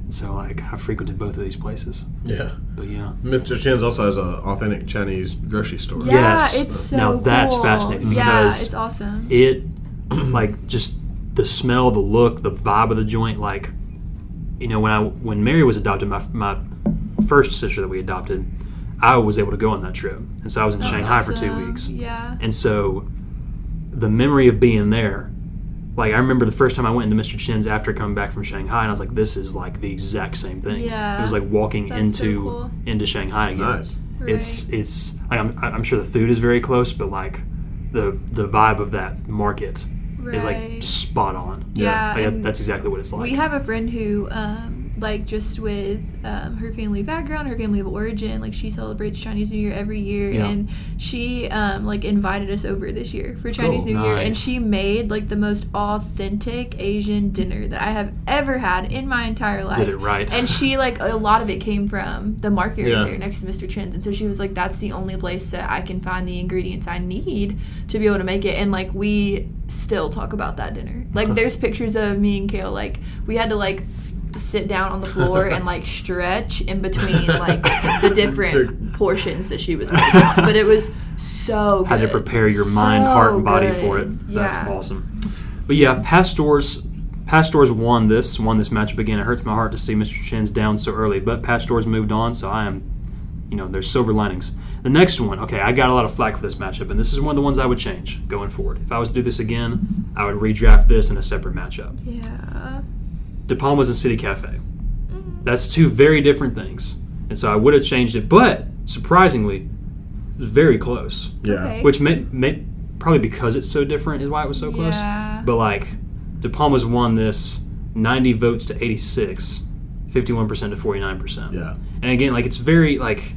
Speaker 1: And so like I frequented both of these places.
Speaker 2: Yeah.
Speaker 1: But yeah,
Speaker 2: Mr. Chen's also has an authentic Chinese grocery store.
Speaker 3: Yeah,
Speaker 1: Yes.
Speaker 3: it's so
Speaker 1: Now that's
Speaker 3: cool.
Speaker 1: fascinating
Speaker 3: Yeah,
Speaker 1: because-
Speaker 3: it's awesome.
Speaker 1: it <clears throat> like just the smell, the look, the vibe of the joint. Like you know when I when Mary was adopted, my my first sister that we adopted, I was able to go on that trip, and so I was in
Speaker 3: That's
Speaker 1: Shanghai for two
Speaker 3: awesome.
Speaker 1: weeks.
Speaker 3: Yeah.
Speaker 1: And so the memory of being there, like I remember the first time I went into Mr. Chin's after coming back from Shanghai and I was like, this is like the exact same thing.
Speaker 3: Yeah.
Speaker 1: It was like walking
Speaker 3: That's so
Speaker 1: into
Speaker 3: cool.
Speaker 1: into Shanghai again.
Speaker 2: Nice.
Speaker 1: It's it's I- I'm I'm sure the food is very close, but like the the vibe of that market
Speaker 3: right.
Speaker 1: is like spot on.
Speaker 3: yeah.
Speaker 1: Like that-
Speaker 3: and
Speaker 1: that's exactly what it's like.
Speaker 3: we have a friend who, um, like, just with um, her family background, her family of origin, like, she celebrates Chinese New Year every year,
Speaker 1: Yeah.
Speaker 3: and she um, like invited us over this year for Chinese
Speaker 1: Cool.
Speaker 3: New Year, and
Speaker 1: Nice.
Speaker 3: she made like the most authentic Asian dinner that I have ever had in my entire life.
Speaker 1: Did it right.
Speaker 3: and she like a lot of it came from the market
Speaker 2: Yeah.
Speaker 3: right there next to Mr. Chin's, and so she was like, "That's the only place that I can find the ingredients I need to be able to make it." And like we still talk about that dinner. Like there's pictures of me and Kale. Like we had to like sit down on the floor and
Speaker 1: <laughs>
Speaker 3: like stretch in between like the different portions that she was making. But it was so good.
Speaker 1: had to prepare your mind,
Speaker 3: So
Speaker 1: heart, and body for it.
Speaker 3: good.
Speaker 1: That's
Speaker 3: Yeah.
Speaker 1: awesome. But yeah, Pastors Pastors won this won this matchup again. It hurts my heart to see Mr. Chin's down so early, but Pastors moved on, so I am you know, there's silver linings. The next one, okay, I got a lot of flack for this matchup, and this is one of the ones I would change going forward. If I was to do this again, I would redraft this in a separate matchup.
Speaker 3: Yeah.
Speaker 1: De Palma's and City Cafe. That's two very different things. And so I would have changed it, but surprisingly, it was very close
Speaker 2: Yeah.
Speaker 3: Okay.
Speaker 1: which may, may probably because it's so different is why it was so close.
Speaker 3: Yeah.
Speaker 1: But like, De Palma's won this 90 votes to 86, 51 percent to 49 percent.
Speaker 2: Yeah.
Speaker 1: And again, like it's very like,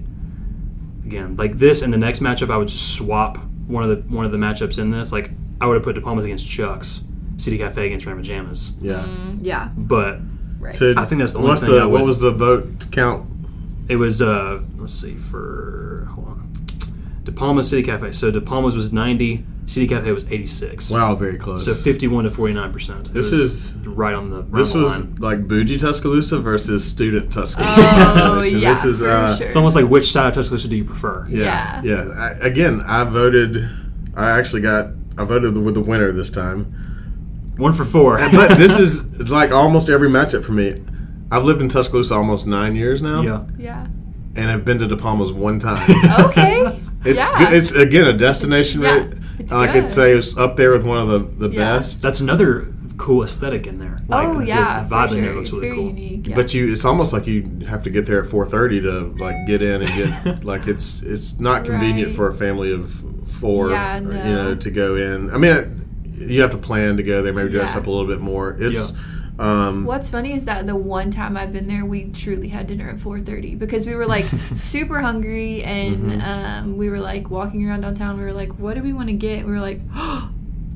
Speaker 1: again, like this and the next matchup, I would just swap one of the one of the matchups in this. Like I would have put De Palma's against Chuck's, City Cafe against Ramajamas.
Speaker 2: Yeah.
Speaker 3: Mm, Yeah.
Speaker 1: But
Speaker 3: Right.
Speaker 2: So
Speaker 1: I think that's the only
Speaker 2: what's
Speaker 1: thing I
Speaker 2: the what
Speaker 1: would-
Speaker 2: was the vote count?
Speaker 1: it was uh let's see for hold on, De Palma City Cafe. So De Palma's was 90, City Cafe was 86.
Speaker 2: Wow, very close.
Speaker 1: So fifty-one to forty-nine percent.
Speaker 2: This is-
Speaker 1: right on the right
Speaker 2: this
Speaker 1: on the
Speaker 2: was
Speaker 1: line.
Speaker 2: like bougie Tuscaloosa versus student Tuscaloosa. <laughs>
Speaker 3: Oh
Speaker 2: So
Speaker 3: yeah.
Speaker 2: This is
Speaker 3: for
Speaker 2: uh,
Speaker 3: sure.
Speaker 1: It's almost like which side of Tuscaloosa do you prefer?
Speaker 2: Yeah. Yeah. I, again, I voted. I actually got. I voted with the winner this time.
Speaker 1: One for four.
Speaker 2: But this is like almost every matchup for me. I've lived in Tuscaloosa almost nine years
Speaker 1: <laughs>
Speaker 2: now,
Speaker 1: yeah,
Speaker 3: <laughs> yeah.
Speaker 2: and have been to De Palma's one
Speaker 3: <laughs>
Speaker 2: time.
Speaker 3: Oh, Okay.
Speaker 2: it's
Speaker 3: yeah.
Speaker 2: good. It's again a destination.
Speaker 3: Yeah,
Speaker 2: rate.
Speaker 3: it's
Speaker 2: I
Speaker 3: good.
Speaker 2: could say it's up there with one of the, the
Speaker 3: Yeah.
Speaker 2: best.
Speaker 1: that's another cool aesthetic in there. Like,
Speaker 3: oh
Speaker 1: the,
Speaker 3: yeah,
Speaker 1: the vibe in
Speaker 3: for sure.
Speaker 1: there looks
Speaker 3: it's
Speaker 1: really
Speaker 3: very
Speaker 1: cool.
Speaker 3: unique. Yeah.
Speaker 2: But you, it's almost like you have to get there at four thirty to like get in and get
Speaker 3: <laughs>
Speaker 2: like it's it's not convenient
Speaker 3: Right.
Speaker 2: for a family of four,
Speaker 3: Yeah,
Speaker 2: or,
Speaker 3: no.
Speaker 2: you know, to go in. I mean, you have to plan to go there, maybe dress
Speaker 3: Yeah.
Speaker 2: up a little bit more. It's um,
Speaker 3: What's funny is that the one time I've been there, we truly had dinner at 4:30 because we
Speaker 2: <laughs>
Speaker 3: were like super hungry and
Speaker 2: Mm-hmm.
Speaker 3: um, we were like walking around downtown. We were like, "What do we want to get?" We were like,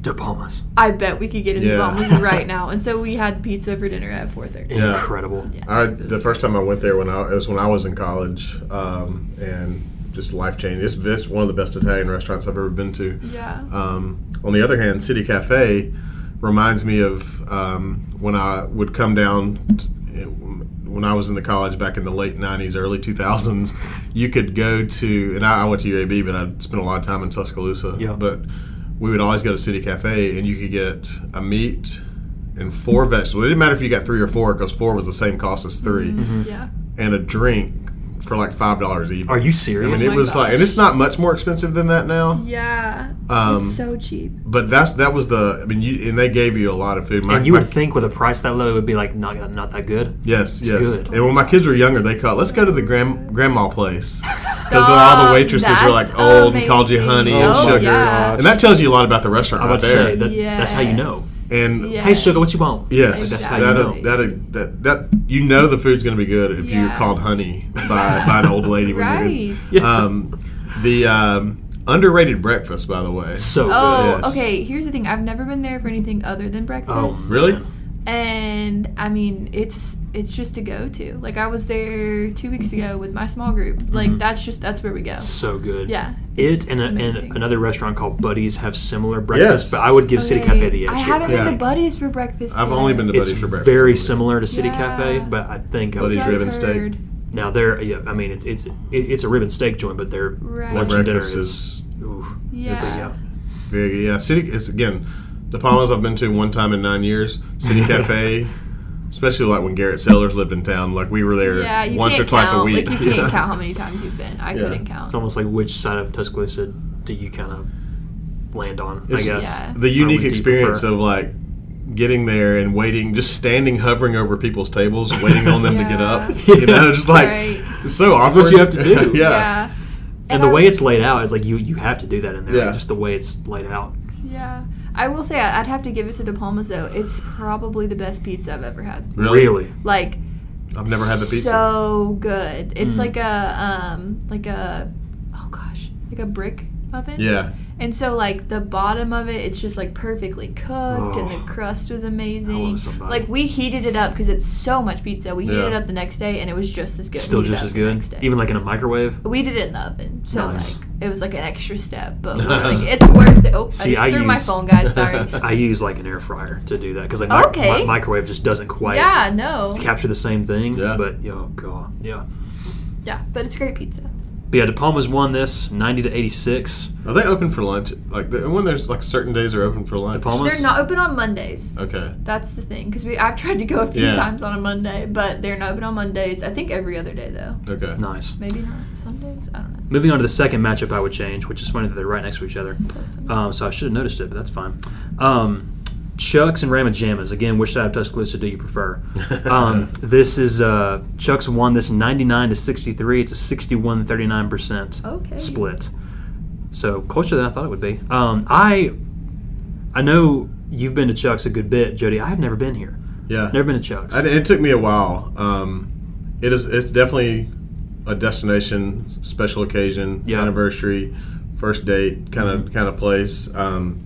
Speaker 1: De Palma's
Speaker 3: "I bet we could get into
Speaker 2: Yeah. <laughs>
Speaker 3: Bahamas right now." And so we had pizza for dinner at 4:30.
Speaker 2: Yeah.
Speaker 1: incredible.
Speaker 2: I the first time I went there when I it was when I was in college, um, and just life changing. It's, it's one of the best Italian restaurants I've ever been to.
Speaker 3: Yeah.
Speaker 2: Um, on the other hand, City Cafe reminds me of um, when I would come down t- when I was in the college back in the late '90s, early 2000s. You could go to, and I, I went to UAB, but I spent a lot of time in Tuscaloosa.
Speaker 1: Yeah.
Speaker 2: But we would always go to City Cafe, and you could get a meat and four
Speaker 1: Mm-hmm.
Speaker 2: Mm. vegetables. It didn't matter if you got three or four, because four was the same cost as 3
Speaker 3: Yeah.
Speaker 2: and a drink for like five dollars even.
Speaker 1: Are you
Speaker 2: I mean,
Speaker 1: serious? Oh
Speaker 2: it
Speaker 3: my
Speaker 2: was like, and it's not much more expensive than that now.
Speaker 3: Yeah.
Speaker 2: Um,
Speaker 3: it's so cheap.
Speaker 2: But that's that was the. I mean, you and they gave you a lot of food. My,
Speaker 1: and you
Speaker 2: my-
Speaker 1: would think with a price that low, it would be like not not that good.
Speaker 2: yes,
Speaker 1: it's
Speaker 2: yes.
Speaker 1: good.
Speaker 2: And when my kids were younger, they called. Let's go to the grand grandma
Speaker 3: <laughs>
Speaker 2: place because all the waitresses were like
Speaker 3: That's
Speaker 2: old and called you honey
Speaker 3: amazing. Oh
Speaker 2: and
Speaker 3: my
Speaker 2: sugar,
Speaker 3: gosh.
Speaker 2: and that tells you a lot about the restaurant
Speaker 1: I
Speaker 2: right
Speaker 1: would
Speaker 2: there.
Speaker 1: say that that's how you know.
Speaker 3: Yes.
Speaker 2: And
Speaker 3: Yeah.
Speaker 1: Hey, sugar, what you want?
Speaker 2: Yes,
Speaker 1: that's how
Speaker 3: Exactly.
Speaker 1: you
Speaker 2: that'll-
Speaker 1: know.
Speaker 2: that'll- that, that, you know the food's going to be good if you're
Speaker 3: Yeah.
Speaker 2: called honey by, by an old lady. when you're in-
Speaker 3: Right.
Speaker 1: Yes.
Speaker 2: Um, the um, underrated breakfast, by the
Speaker 1: <laughs>
Speaker 2: way.
Speaker 1: so good.
Speaker 3: Oh,
Speaker 2: Yes.
Speaker 3: okay. Here's the thing. I've never been there for anything other than breakfast,
Speaker 1: Oh,
Speaker 2: Really?
Speaker 3: and I mean, it's it's just a go-to. Like I was there two weeks ago with my small group. Like
Speaker 2: Mm-hmm.
Speaker 3: that's just that's where we go.
Speaker 1: so good.
Speaker 3: Oh. Yeah. it's
Speaker 1: It and, a,
Speaker 3: amazing.
Speaker 1: and another restaurant called Buddies have similar breakfast, but I would give City
Speaker 3: Okay,
Speaker 1: Cafe the
Speaker 3: I
Speaker 1: edge. here.
Speaker 3: haven't
Speaker 2: Yeah.
Speaker 3: been to Buddy's for breakfast.
Speaker 2: I've
Speaker 3: yet.
Speaker 2: only been to
Speaker 1: It's
Speaker 2: Buddy's for breakfast.
Speaker 1: very similar to City
Speaker 3: Yeah.
Speaker 1: Cafe, but I think I would-
Speaker 2: Buddy's
Speaker 3: That's what
Speaker 2: Ribbon
Speaker 3: I've
Speaker 2: Steak.
Speaker 3: heard.
Speaker 1: now they're yeah. I mean, it's it's it, it's a ribben steak joint, but their
Speaker 3: Right.
Speaker 2: Their
Speaker 1: lunch and dinner
Speaker 2: breakfast
Speaker 1: is.
Speaker 2: is
Speaker 1: Oof,
Speaker 3: Yeah.
Speaker 1: yeah.
Speaker 2: very good. Yeah, City is again. The Palmas I've been to one time in nine years.
Speaker 3: <laughs>
Speaker 2: City Cafe, especially like when Garrett Sellers lived in town. Like we were there
Speaker 3: Yeah, you
Speaker 2: once or
Speaker 3: can't
Speaker 2: twice
Speaker 3: count.
Speaker 2: a week.
Speaker 3: Like you
Speaker 2: Yeah. <laughs>
Speaker 3: can't count how many times you've been. I
Speaker 2: Yeah.
Speaker 3: couldn't count.
Speaker 1: It's almost like which side of Tuscaloosa do you kind of land on? I
Speaker 2: It's-
Speaker 1: guess.
Speaker 3: Yeah.
Speaker 2: the unique
Speaker 1: do you
Speaker 2: experience
Speaker 1: prefer?
Speaker 2: of like getting there and waiting, just standing, hovering over people's tables, waiting on them to get
Speaker 3: <laughs>
Speaker 2: up.
Speaker 1: Yeah.
Speaker 2: You know, just like
Speaker 3: Right.
Speaker 2: it's so awkward.
Speaker 1: what you have to do.
Speaker 2: <laughs> yeah.
Speaker 3: yeah.
Speaker 1: And the
Speaker 3: I-
Speaker 1: way it's laid out is like you you have to do that in there.
Speaker 2: Yeah.
Speaker 1: Just the way it's laid out.
Speaker 3: Yeah. I will say I- I'd have to give it to De Palmas though. It's probably the best pizza I've ever had.
Speaker 2: Really?
Speaker 1: really.
Speaker 3: Like
Speaker 2: I've never had the pizza.
Speaker 3: So good. It's
Speaker 1: Mm-hmm.
Speaker 3: like a um like a oh gosh, like a brick oven.
Speaker 2: yeah.
Speaker 3: And so like the bottom of it, it's just like perfectly cooked,
Speaker 1: Oh.
Speaker 3: and the crust was amazing.
Speaker 1: I want somebody.
Speaker 3: Like we heated it up because it's so much pizza. We heated
Speaker 2: Yeah.
Speaker 3: it up the next day, and it was just as good.
Speaker 1: Still
Speaker 3: heated
Speaker 1: just
Speaker 3: up
Speaker 1: as
Speaker 3: the
Speaker 1: good.
Speaker 3: next day.
Speaker 1: Even like in a microwave.
Speaker 3: we did it in the oven, so
Speaker 1: Nice.
Speaker 3: like it was like an extra step,
Speaker 1: <laughs>
Speaker 3: but we were
Speaker 2: Nice.
Speaker 3: like, it's worth it. Oh,
Speaker 1: See,
Speaker 3: I just
Speaker 1: I
Speaker 3: threw my
Speaker 1: use-
Speaker 3: phone,
Speaker 1: <laughs>
Speaker 3: guys. Sorry.
Speaker 1: I use like an air fryer to do that because like mi-
Speaker 3: Okay.
Speaker 1: mi- microwave just doesn't quite
Speaker 3: yeah, no.
Speaker 1: capture the same thing.
Speaker 2: Yeah.
Speaker 1: But oh god, yeah.
Speaker 3: Yeah, but it's great pizza.
Speaker 1: But yeah, De Palma's won this ninety to eighty six.
Speaker 2: Are they open for lunch? Like the- when there's like certain days are open for
Speaker 1: De
Speaker 2: lunch.
Speaker 1: Palma's
Speaker 3: They're not open on Mondays.
Speaker 2: Okay.
Speaker 3: That's the thing, because we I've tried to go a few
Speaker 2: Yeah.
Speaker 3: times on a Monday, but they're not open on Mondays. I think every other day though.
Speaker 2: Okay. <laughs>
Speaker 1: nice.
Speaker 3: Maybe not Sundays. I don't know.
Speaker 1: Moving on to the second matchup, I would change, which is funny that they're right next to each other.
Speaker 3: That's Sunday.
Speaker 1: Um, so I should have noticed it, but that's fine. Um, Chucks and Ramajamas. Again, which side of Tuscaloosa do you prefer?
Speaker 2: <laughs>
Speaker 1: Um, this is uh, Chucks won this 99 to 63. It's a 61 39 percent
Speaker 3: Okay.
Speaker 1: split. So closer than I thought it would be. Um, I I know you've been to Chucks a good bit, Jody. I've never been here.
Speaker 2: Yeah.
Speaker 1: Never been to Chucks.
Speaker 2: I, it took me a while. Um, it is. It's definitely a destination, special occasion,
Speaker 1: Yeah. Mm-hmm.
Speaker 2: anniversary, first date kind of kind of place. Um,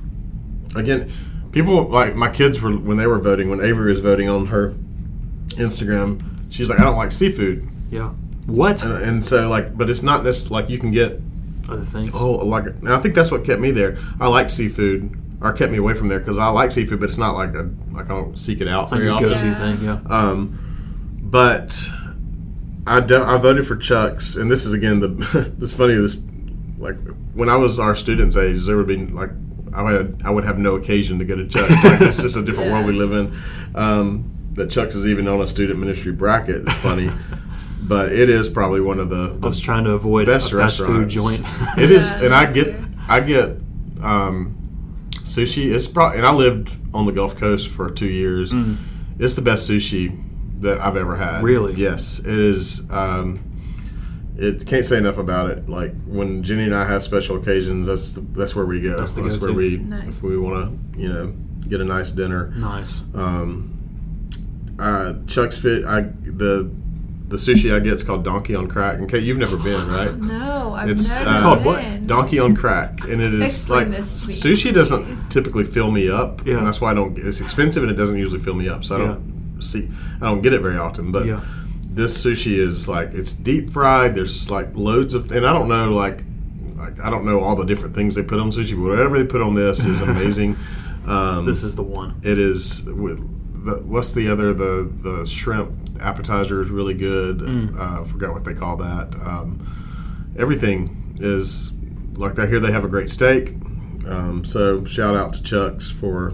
Speaker 2: again, people like my kids were when they were voting. When Avery was voting on her Instagram, she's like, "I don't like seafood,"
Speaker 1: yeah. What
Speaker 2: and, and so like, but it's not this like you can get
Speaker 1: other things?
Speaker 2: Oh, like and I think that's what kept me there. I like seafood, or kept me away from there because I like seafood, but it's not like a, like I don't seek it out
Speaker 1: Like
Speaker 2: very
Speaker 1: your
Speaker 2: often.
Speaker 1: go-to
Speaker 3: Yeah.
Speaker 1: thing. Yeah.
Speaker 2: Um, but I don't. I voted for Chuck's, and this is again the <laughs> this is funny. This like when I was our students' age, there would be like I would I would have no occasion to go to Chuck's. like it's just a different world we live in. Um, that Chuck's is even on a student ministry bracket.
Speaker 1: <laughs>
Speaker 2: It's funny. But it is probably one of the,
Speaker 1: I
Speaker 2: the
Speaker 1: was trying to avoid
Speaker 2: best
Speaker 1: a fast food
Speaker 2: restaurants.
Speaker 1: joint.
Speaker 2: <laughs> it is,
Speaker 3: Yeah,
Speaker 2: and I
Speaker 3: me
Speaker 2: get
Speaker 3: too.
Speaker 2: I get um, sushi. It's probably, and I lived on the Gulf Coast for two years. It's the best sushi that I've ever had.
Speaker 1: Mm. Really?
Speaker 2: Yes, it is. Um, it can't say enough about it. Like when Jenny and I have special occasions, that's the, that's where we go.
Speaker 1: That's the go-to.
Speaker 2: where we
Speaker 3: Nice.
Speaker 2: if we want to, you know, get a nice dinner.
Speaker 1: nice.
Speaker 2: Um, uh, Chuck's fit. I the the sushi I get is called Donkey on Crack. And Kate, you've never been, right?
Speaker 3: No, I've
Speaker 2: It's,
Speaker 3: never.
Speaker 2: uh, It's called
Speaker 1: what?
Speaker 3: been.
Speaker 2: Donkey on Crack, and it is
Speaker 3: Explain
Speaker 2: like
Speaker 3: this to me,
Speaker 2: sushi doesn't typically fill me up.
Speaker 1: Yeah.
Speaker 2: and that's why I don't. It's expensive, and it doesn't usually fill me up, so I don't see. I don't get it very often, but.
Speaker 1: Yeah.
Speaker 2: This sushi is like it's deep fried. There's like loads of, and I don't know like, like I don't know all the different things they put on sushi, but whatever they put on this
Speaker 1: <laughs>
Speaker 2: is amazing. um,
Speaker 1: This is the one.
Speaker 2: it is. wi- The, what's the other? The the shrimp appetizer is really good. Uh, I forgot what they call that. Um, everything is like I hear they have a great steak. Um, so shout out to Chuck's for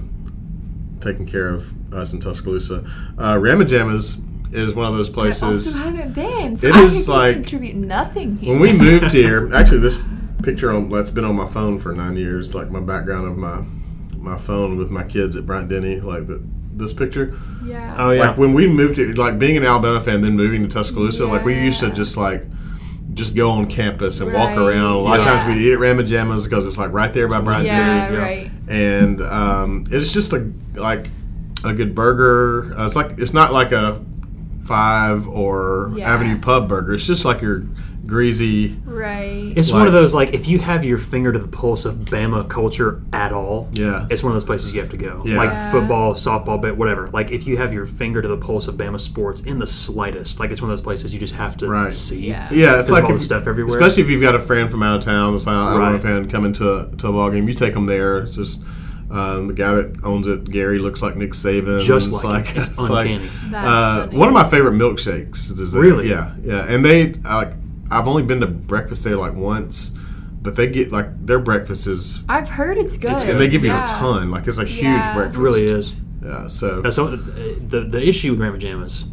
Speaker 2: taking care of us in Tuscaloosa. Uh, Ramajamas. is one of those
Speaker 3: I also
Speaker 2: places.
Speaker 3: haven't been. So
Speaker 2: It
Speaker 3: I
Speaker 2: is
Speaker 3: can
Speaker 2: like-
Speaker 3: contribute nothing here.
Speaker 2: When we moved here, actually, this picture on that's been on my phone for nine years, like my background of my my phone with my kids at Bryant Denny, like the, this picture.
Speaker 3: yeah.
Speaker 1: Oh yeah.
Speaker 2: Like when we moved here, like being an Alabama fan, then moving to Tuscaloosa, like we used to
Speaker 3: Yeah.
Speaker 2: just like just go on campus and walk
Speaker 3: Right.
Speaker 2: around. A lot of
Speaker 3: Yeah.
Speaker 2: times we'd eat at Ramajamas because it's like right there by Bryant Denny.
Speaker 3: yeah,
Speaker 1: dinner, yeah.
Speaker 3: right.
Speaker 2: and um, it's just a like a good burger. Uh, it's like it's not like a five or
Speaker 3: Yeah.
Speaker 2: Avenue Pub burger. It's just like your greasy.
Speaker 3: Right.
Speaker 1: It's one of
Speaker 2: Like-
Speaker 1: those like if you have your finger to the pulse of Bama culture at all,
Speaker 2: Yeah.
Speaker 1: it's one of those places you have to go.
Speaker 2: Yeah.
Speaker 1: Like
Speaker 3: Yeah.
Speaker 1: football, softball, but whatever. Like if you have your finger to the pulse of Bama sports in the slightest, like it's one of those places you just have to
Speaker 2: Right.
Speaker 1: see.
Speaker 3: Yeah.
Speaker 2: Yeah, it's
Speaker 1: There's
Speaker 2: like
Speaker 1: all
Speaker 2: if-
Speaker 1: the stuff everywhere.
Speaker 2: Especially if you've got a friend from out of town, that's not an Alabama
Speaker 1: Right.
Speaker 2: fan coming to to a ball game. You take them there. It's just um, the guy that owns it, Gary, looks like Nick Saban.
Speaker 1: just
Speaker 2: <laughs> it's
Speaker 1: like, it. it's,
Speaker 2: like-
Speaker 1: uncanny.
Speaker 3: That's
Speaker 2: Uh,
Speaker 3: funny.
Speaker 2: one of my favorite milkshakes. Is there.
Speaker 1: Really?
Speaker 2: Yeah, yeah. And they I, like I've only been to breakfast there like once, but they get like their breakfast is
Speaker 3: I've heard it's good.
Speaker 2: and they give you
Speaker 3: Yeah.
Speaker 2: a ton. Like it's a huge
Speaker 3: Yeah.
Speaker 1: it
Speaker 2: breakfast.
Speaker 1: really is.
Speaker 2: Yeah. So
Speaker 1: Uh, so uh, the the issue with Ramajamas,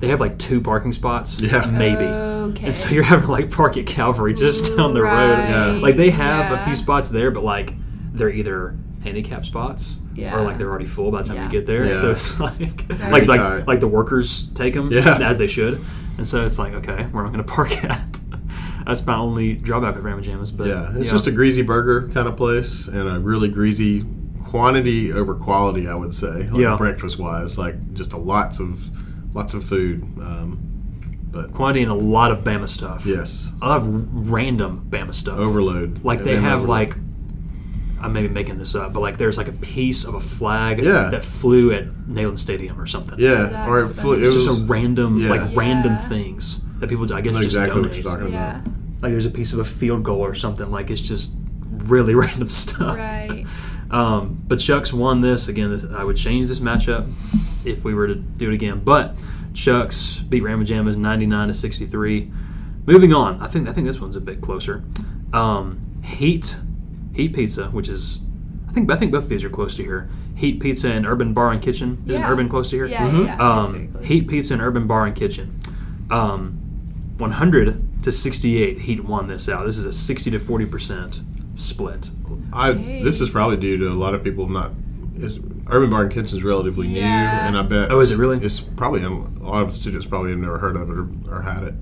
Speaker 1: they have like two parking spots.
Speaker 2: Yeah.
Speaker 1: Maybe.
Speaker 3: Okay.
Speaker 1: And so you're having to, like park at Calvary just down the road.
Speaker 2: Yeah.
Speaker 1: Like they have a
Speaker 3: Yeah.
Speaker 1: few spots there, but like they're either handicap spots
Speaker 3: Yeah.
Speaker 1: or like they're already full by the time
Speaker 3: Yeah.
Speaker 1: you get there.
Speaker 2: Yeah.
Speaker 1: So it's <laughs> like
Speaker 3: Very
Speaker 1: like like
Speaker 2: tight.
Speaker 1: like the workers take them
Speaker 2: Yeah.
Speaker 1: as they should, and so it's like okay, where am I going to park <laughs> at? That's my only drawback with Ramen Jamas, but
Speaker 2: yeah, it's just a greasy burger kind of place and a really greasy quantity over quality. I would say. Like
Speaker 1: Yeah.
Speaker 2: Breakfast wise, like just a lots of lots of food. Um, but
Speaker 1: quantity and a lot of Bama stuff.
Speaker 2: yes,
Speaker 1: a lot of random Bama stuff.
Speaker 2: overload.
Speaker 1: Like
Speaker 2: And
Speaker 1: they
Speaker 2: then
Speaker 1: have
Speaker 2: overload.
Speaker 1: like I'm maybe making this up, but like there's like a piece of a flag
Speaker 2: Yeah.
Speaker 1: that flew at Neyland Stadium or something.
Speaker 2: yeah, or it,
Speaker 3: That's
Speaker 2: flew,
Speaker 3: funny.
Speaker 2: it
Speaker 1: It's
Speaker 2: was
Speaker 1: just a random
Speaker 2: yeah.
Speaker 1: like random
Speaker 3: Yeah.
Speaker 1: things that people I guess
Speaker 2: I know
Speaker 1: just
Speaker 2: exactly what
Speaker 1: donate.
Speaker 2: you're talking about.
Speaker 3: Yeah.
Speaker 1: Like there's a piece of a field goal or something. Like it's just really <laughs> random stuff.
Speaker 3: Right.
Speaker 1: <laughs> Um, but Chucks won this again. This, I would change this matchup if we were to do it again. But Chucks beat Ramajamas 99 to 63. Moving on, I think I think this one's a bit closer. Um, Heat Heat Pizza, which is I think I think both of these are close to here. Heat Pizza and Urban Bar and Kitchen isn't
Speaker 3: Yeah.
Speaker 1: Urban close to here?
Speaker 3: Yeah.
Speaker 2: Mhm.
Speaker 3: Yeah. that's very
Speaker 1: um,
Speaker 3: close.
Speaker 1: Heat Pizza and Urban Bar and Kitchen. Um, 100 to 68, Heat won this out. This is a 60 to 40 percent split.
Speaker 2: I
Speaker 3: Hey.
Speaker 2: this is probably due to a lot of people not. It's, Urban Bar and Kitchen's relatively new,
Speaker 3: Yeah.
Speaker 2: and I bet.
Speaker 1: Oh, is it really?
Speaker 2: It's probably a lot of students probably have never heard of it or, or had it.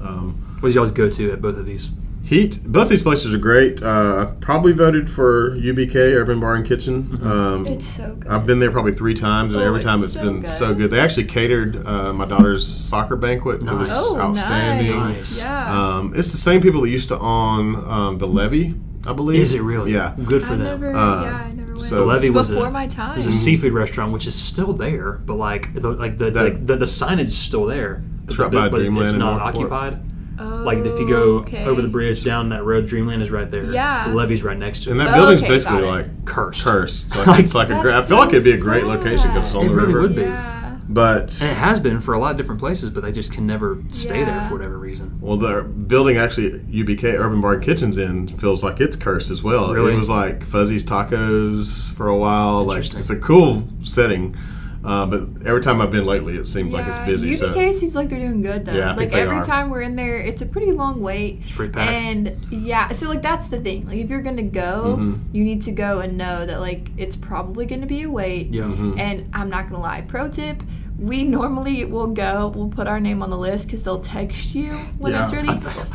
Speaker 2: Um,
Speaker 1: Mm-hmm. What was y'all's go to at both of these?
Speaker 2: Heat. Both these places are great. Uh, I've probably voted for UBK Urban Bar and Kitchen. Um,
Speaker 3: Mm-hmm. It's so good.
Speaker 2: I've been there probably three times, and
Speaker 3: Oh,
Speaker 2: every time it's
Speaker 3: it's so
Speaker 2: been
Speaker 3: good.
Speaker 2: so good. They actually catered uh, my daughter's soccer banquet. It was
Speaker 1: Nice.
Speaker 3: oh,
Speaker 2: outstanding.
Speaker 1: Nice. Uh,
Speaker 3: Nice. Yeah.
Speaker 2: Um, it's the same people that used to own um, the Levy, I believe.
Speaker 1: Is it really?
Speaker 2: Yeah.
Speaker 1: Good for
Speaker 3: I
Speaker 1: them.
Speaker 3: never.
Speaker 2: Uh,
Speaker 3: yeah. I never went.
Speaker 2: so- The
Speaker 1: Levy
Speaker 3: It's
Speaker 1: was a-
Speaker 3: before my time.
Speaker 1: There's a seafood restaurant which is still there, but like the like the the,
Speaker 2: That-
Speaker 1: the, the signage is still there. But,
Speaker 2: It's
Speaker 1: the-
Speaker 2: right by
Speaker 1: but
Speaker 2: Dreamland
Speaker 1: it's
Speaker 2: in
Speaker 1: not
Speaker 2: Northport.
Speaker 1: occupied.
Speaker 3: oh,
Speaker 1: Like if you go
Speaker 3: okay.
Speaker 1: over the bridge down that road, Dreamland is right there.
Speaker 3: Yeah.
Speaker 1: The levee's right next to it.
Speaker 2: And that
Speaker 3: Oh,
Speaker 2: building's
Speaker 3: okay,
Speaker 2: basically
Speaker 3: got it.
Speaker 2: like
Speaker 1: Cursed.
Speaker 2: cursed. Like,
Speaker 1: Like,
Speaker 2: it's like a
Speaker 3: that's
Speaker 2: great. I feel
Speaker 3: so
Speaker 2: like it'd be a great
Speaker 3: sad.
Speaker 2: location because it's on
Speaker 1: It
Speaker 2: the
Speaker 1: really
Speaker 2: river.
Speaker 1: would be.
Speaker 3: Yeah.
Speaker 2: But
Speaker 1: And it has been for a lot of different places, but they just can never stay there
Speaker 3: Yeah.
Speaker 1: for whatever reason.
Speaker 2: well, the building actually UBK Urban Bar and Kitchens in feels like it's cursed as well.
Speaker 1: Really?
Speaker 2: It was like Fuzzy's Tacos for a while. Like
Speaker 1: Interesting.
Speaker 2: it's a cool setting, uh, but every time I've been lately, it seems like it's
Speaker 3: Yeah,
Speaker 2: busy.
Speaker 3: UDK seems like they're doing good though.
Speaker 2: Yeah, I
Speaker 3: like
Speaker 2: think they
Speaker 3: every
Speaker 2: are.
Speaker 3: time we're in there, it's a pretty long wait.
Speaker 1: It's pretty packed.
Speaker 3: And yeah, so like that's the thing. Like if you're gonna go,
Speaker 1: Mm-hmm.
Speaker 3: you need to go and know that like it's probably gonna be a wait.
Speaker 1: yeah.
Speaker 2: Mm-hmm.
Speaker 3: And I'm not gonna lie. Pro tip: we normally will go. We'll put our name on the list because they'll text you when
Speaker 2: Yeah.
Speaker 3: it's ready,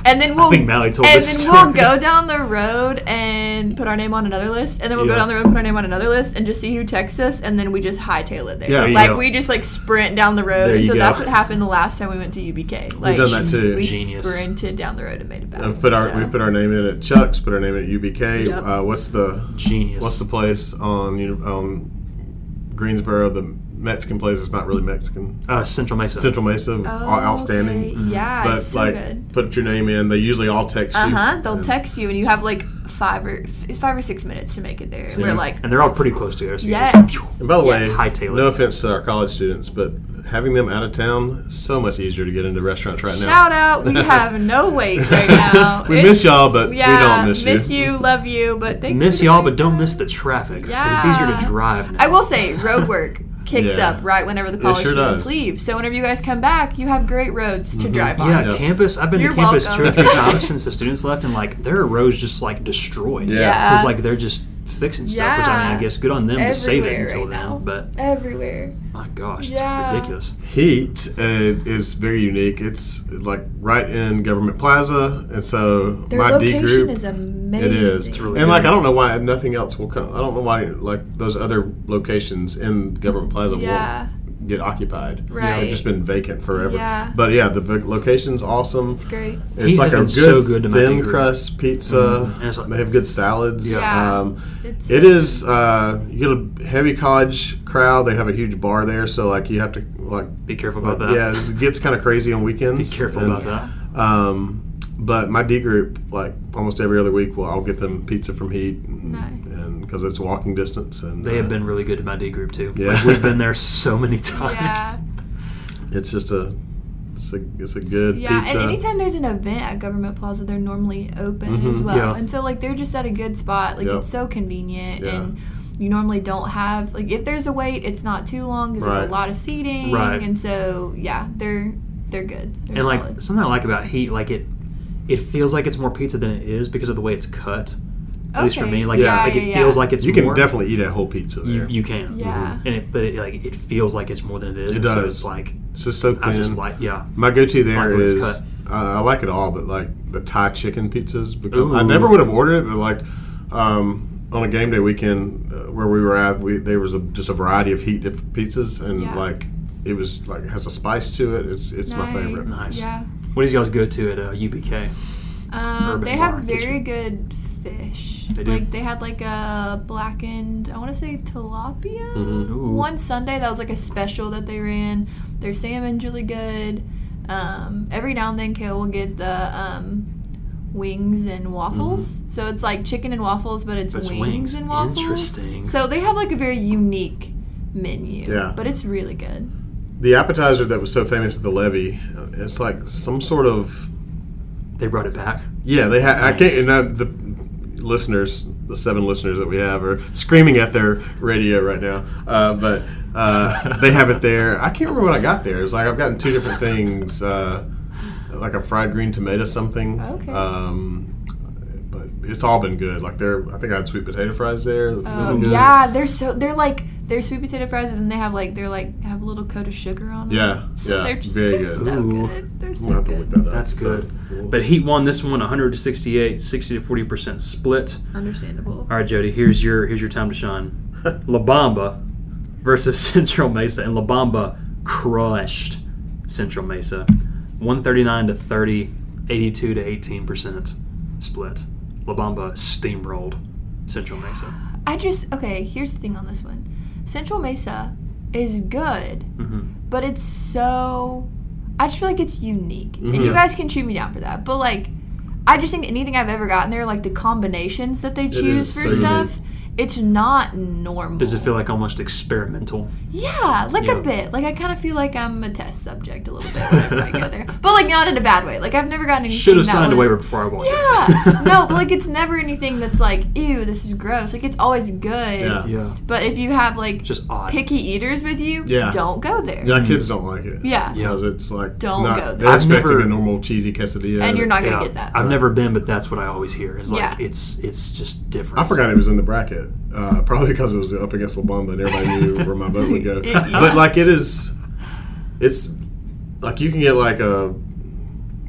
Speaker 3: and then we'll
Speaker 1: think Mally told
Speaker 3: and
Speaker 1: this
Speaker 3: then
Speaker 1: story.
Speaker 3: we'll go down the road and put our name on another list, and then we'll
Speaker 1: Yeah.
Speaker 3: go down the road and put our name on another list, and just see who texts us, and then we just hightail it there.
Speaker 2: Yeah. There you
Speaker 3: like
Speaker 1: go.
Speaker 3: we just like sprint down the road,
Speaker 1: There
Speaker 3: and
Speaker 1: you
Speaker 3: so
Speaker 1: go.
Speaker 3: that's what happened the last time we went to UBK. Like
Speaker 2: done that too.
Speaker 3: We
Speaker 1: Genius.
Speaker 3: sprinted down the road and made it back.
Speaker 2: So. I've put our
Speaker 3: so.
Speaker 2: we've put our name in at Chuck's, put our name at UBK.
Speaker 3: Yep.
Speaker 2: Uh, what's the
Speaker 1: <laughs> Genius.
Speaker 2: What's the place on Uni- on Greensboro? The Mexican place. It's not really Mexican.
Speaker 1: uh, Central Mesa.
Speaker 2: Central Mesa.
Speaker 3: Oh,
Speaker 2: all outstanding. Mm-hmm.
Speaker 3: okay. Yeah,
Speaker 2: But
Speaker 3: it's so
Speaker 2: like,
Speaker 3: good.
Speaker 2: put your name in. They usually all text
Speaker 3: Uh
Speaker 2: you.
Speaker 3: huh. They'll
Speaker 2: And-
Speaker 3: text you, and you have like five or f- five or six minutes to make it there. We're like,
Speaker 1: and they're all pretty close together. So you just-
Speaker 3: yes.
Speaker 2: And by the way,
Speaker 3: Yes.
Speaker 1: Hightail it.
Speaker 2: no offense to our college students, but having them out of town so much easier to get into restaurants right now.
Speaker 3: Shout out. We have no wait
Speaker 2: <laughs>
Speaker 3: right now.
Speaker 2: We miss y'all, but we don't miss you.
Speaker 3: Miss you, love you, but thanks
Speaker 1: miss
Speaker 3: for
Speaker 1: y'all,
Speaker 3: the-
Speaker 1: but don't miss the traffic because it's easier to
Speaker 3: Yeah.
Speaker 1: drive now. <laughs>
Speaker 2: <laughs>
Speaker 3: I will say, road work picks
Speaker 2: Yeah.
Speaker 3: up right whenever the
Speaker 2: It
Speaker 3: college
Speaker 2: sure
Speaker 3: students
Speaker 2: does. Mm-hmm.
Speaker 3: leave. So whenever you guys come back, you have great roads to drive on.
Speaker 1: Yeah,
Speaker 2: Yeah.
Speaker 1: campus. I've been
Speaker 3: You're
Speaker 1: to campus two or
Speaker 3: welcome.
Speaker 1: three
Speaker 3: <laughs>
Speaker 1: times since the students left, and like there are roads just like destroyed.
Speaker 2: Yeah.
Speaker 1: because like they're just fixing stuff. Which I mean, I
Speaker 3: Yeah.
Speaker 1: guess good on them to save it
Speaker 3: Everywhere
Speaker 1: until
Speaker 3: right
Speaker 1: then.
Speaker 3: now.
Speaker 1: But
Speaker 3: Everywhere.
Speaker 1: my gosh,
Speaker 3: Yeah.
Speaker 1: it's ridiculous.
Speaker 2: Heat uh, is very unique. It's like right in Government Plaza, and so
Speaker 3: Their
Speaker 2: my D
Speaker 3: location
Speaker 2: group.
Speaker 3: is amazing.
Speaker 2: it is,
Speaker 1: It's really
Speaker 2: and like
Speaker 1: good.
Speaker 2: I don't know why nothing else will come. I don't know why like those other locations in Government Plaza
Speaker 3: Yeah.
Speaker 2: won't get occupied. You know,
Speaker 3: Right.
Speaker 2: they've just been vacant forever.
Speaker 3: Yeah.
Speaker 2: But yeah, the v- location's awesome.
Speaker 3: It's great.
Speaker 2: It's
Speaker 1: Heat
Speaker 2: like
Speaker 1: has
Speaker 2: a
Speaker 1: been
Speaker 2: good,
Speaker 1: so good to my
Speaker 2: thin
Speaker 1: D group. Mm-hmm.
Speaker 2: crust pizza.
Speaker 1: And it's like-
Speaker 2: they have good salads.
Speaker 3: Yeah. Yeah.
Speaker 2: Um,
Speaker 3: It's
Speaker 2: it is. Uh, you get a heavy college crowd. They have a huge bar there, so like you have to like
Speaker 1: Be careful about
Speaker 2: but,
Speaker 1: that.
Speaker 2: Yeah, Uh, it gets kind of crazy on
Speaker 1: <laughs> be
Speaker 2: weekends.
Speaker 1: careful
Speaker 2: And,
Speaker 1: about that.
Speaker 2: Um, but my D group, like almost every other week, well, I'll get them pizza from Heat, and
Speaker 3: Nice.
Speaker 2: because it's walking distance, and
Speaker 1: They have
Speaker 2: uh,
Speaker 1: been really good to my D group too.
Speaker 2: Yeah.
Speaker 1: Like, we've been there so many <laughs> times.
Speaker 3: Yeah.
Speaker 2: It's just a, it's a, it's a good
Speaker 3: Yeah,
Speaker 2: pizza.
Speaker 3: and anytime there's an event at Government Plaza, they're normally open
Speaker 2: Mhm.
Speaker 3: as well.
Speaker 1: Yeah.
Speaker 3: And so like they're just at a good spot. Like
Speaker 2: Yep.
Speaker 3: it's so convenient
Speaker 2: Yeah.
Speaker 3: and you normally don't have like if there's a wait, it's not too long because there's
Speaker 2: Right.
Speaker 3: a lot of seating.
Speaker 1: Right.
Speaker 3: And so yeah, they're they're good. They're
Speaker 1: and like
Speaker 3: solid.
Speaker 1: something I like about heat, like it, it feels like it's more pizza than it is because of the way it's cut. At least for
Speaker 3: Okay.
Speaker 1: me, like,
Speaker 2: Yeah.
Speaker 1: like it
Speaker 3: Yeah, yeah,
Speaker 1: feels
Speaker 3: yeah.
Speaker 1: like it's
Speaker 2: you can
Speaker 1: more-
Speaker 2: definitely eat a whole pizza
Speaker 1: you,
Speaker 2: there.
Speaker 1: you can Mm-hmm.
Speaker 3: Yeah.
Speaker 1: and it, but it like it feels like it's more than it is.
Speaker 2: It
Speaker 1: and So
Speaker 2: does.
Speaker 1: it's like
Speaker 2: it's just so
Speaker 1: I
Speaker 2: clean.
Speaker 1: just like yeah.
Speaker 2: my go-to
Speaker 1: like
Speaker 2: there
Speaker 1: when it's
Speaker 2: is uh,
Speaker 1: cut.
Speaker 2: I I like it all, but like the Thai chicken pizzas. Because
Speaker 1: Ooh.
Speaker 2: I never would have ordered it, but like um, on a game day weekend uh, where we were at, we there was a, just a variety of heat of pizzas, and
Speaker 3: Yeah.
Speaker 2: like it was like has a spice to it. It's it's my favorite.
Speaker 1: Nice.
Speaker 3: Yeah.
Speaker 1: What is y'all's go to at uh, UBK?
Speaker 3: Um,
Speaker 1: Urban
Speaker 3: they have
Speaker 1: Bar and
Speaker 3: very
Speaker 1: Kitchen.
Speaker 3: good fish.
Speaker 1: They do.
Speaker 3: Like they had like a blackened, I want to say tilapia.
Speaker 2: Mm-hmm.
Speaker 1: Ooh.
Speaker 3: One Sunday that was like a special that they ran. Their salmon's really good. Um, every now and then, Kale will get the um, wings and waffles.
Speaker 2: Mm-hmm.
Speaker 3: So it's like chicken and waffles, but it's,
Speaker 1: But it's
Speaker 3: wings,
Speaker 1: wings.
Speaker 3: and waffles.
Speaker 1: Interesting.
Speaker 3: So they have like a very unique menu.
Speaker 2: Yeah.
Speaker 3: But it's really good.
Speaker 2: The appetizer that was so famous at the levy, uh, it's like some sort of
Speaker 1: They brought it back.
Speaker 2: yeah. They ha- I
Speaker 1: Nice.
Speaker 2: can't and I, the listeners, the seven listeners that we have are screaming at their radio right now. Uh, but uh, <laughs> they have it there. I can't remember what I got there. It's like I've gotten two different things, uh, like a fried green tomato something.
Speaker 3: Okay.
Speaker 2: Um, but it's all been good. Like there, I think I had sweet potato fries there.
Speaker 3: Oh
Speaker 2: Really good.
Speaker 3: yeah, they're so they're like they're sweet potato fries, and then they have like they're like have a little coat of sugar on them.
Speaker 2: Yeah,
Speaker 3: so
Speaker 2: yeah,
Speaker 3: they're just
Speaker 2: very
Speaker 3: they're
Speaker 2: good.
Speaker 3: so
Speaker 1: Ooh.
Speaker 3: good. They're
Speaker 2: We'll
Speaker 3: so
Speaker 2: have to look
Speaker 3: good.
Speaker 2: that up.
Speaker 1: That's
Speaker 2: So,
Speaker 1: good.
Speaker 2: cool.
Speaker 1: But Heat won this one 168, 60 to 40 percent split.
Speaker 3: Understandable.
Speaker 1: All right, Jody, here's your here's your time to shine. La Bamba versus <laughs> Central Mesa, and La Bamba crushed Central Mesa, 139 to 30, 82 to 18 percent split. La Bamba steamrolled Central Mesa.
Speaker 3: I just okay. Here's the thing on this one. Central Mesa is good,
Speaker 1: Mhm.
Speaker 3: but it's so. I just feel like it's unique, and
Speaker 2: Mhm.
Speaker 3: you
Speaker 1: Mm-hmm.
Speaker 3: guys can shoot me down for that. But like, I just think anything I've ever gotten there, like the combinations that they choose
Speaker 2: is
Speaker 3: for
Speaker 2: so
Speaker 3: stuff, it's not normal.
Speaker 1: Does it feel like almost experimental?
Speaker 3: Yeah, like
Speaker 1: Yeah.
Speaker 3: a bit. Like I kind of feel like I'm a test subject a little bit
Speaker 1: <laughs>
Speaker 3: whenever I go there, but like not in a bad way. Like I've never gotten anything.
Speaker 1: Should have
Speaker 3: that
Speaker 1: signed a
Speaker 3: was-
Speaker 1: waiver before I walked. <laughs>
Speaker 3: Yeah, no, but like it's never anything that's like, ew, this is gross. Like it's always good.
Speaker 2: Yeah.
Speaker 1: yeah,
Speaker 3: But if you have like
Speaker 1: it's just odd.
Speaker 3: picky eaters with you,
Speaker 2: Yeah.
Speaker 3: don't go there.
Speaker 2: <laughs> Yeah, kids don't like it.
Speaker 3: Yeah.
Speaker 1: Yeah.
Speaker 2: Because it's like
Speaker 3: Don't
Speaker 2: not,
Speaker 3: go there.
Speaker 2: They're
Speaker 1: I've
Speaker 2: expecting
Speaker 1: never-
Speaker 2: a normal cheesy quesadilla,
Speaker 3: and you're not gonna
Speaker 1: Yeah.
Speaker 3: get that.
Speaker 1: I've never been, but that's what I always hear. It's like
Speaker 3: Yeah.
Speaker 1: it's it's just different.
Speaker 2: I forgot it was in the bracket, uh, probably because it was up against La Bamba and everybody knew where my vote
Speaker 3: <laughs>
Speaker 2: would go.
Speaker 3: Yeah.
Speaker 2: But like it is, it's like you can get like a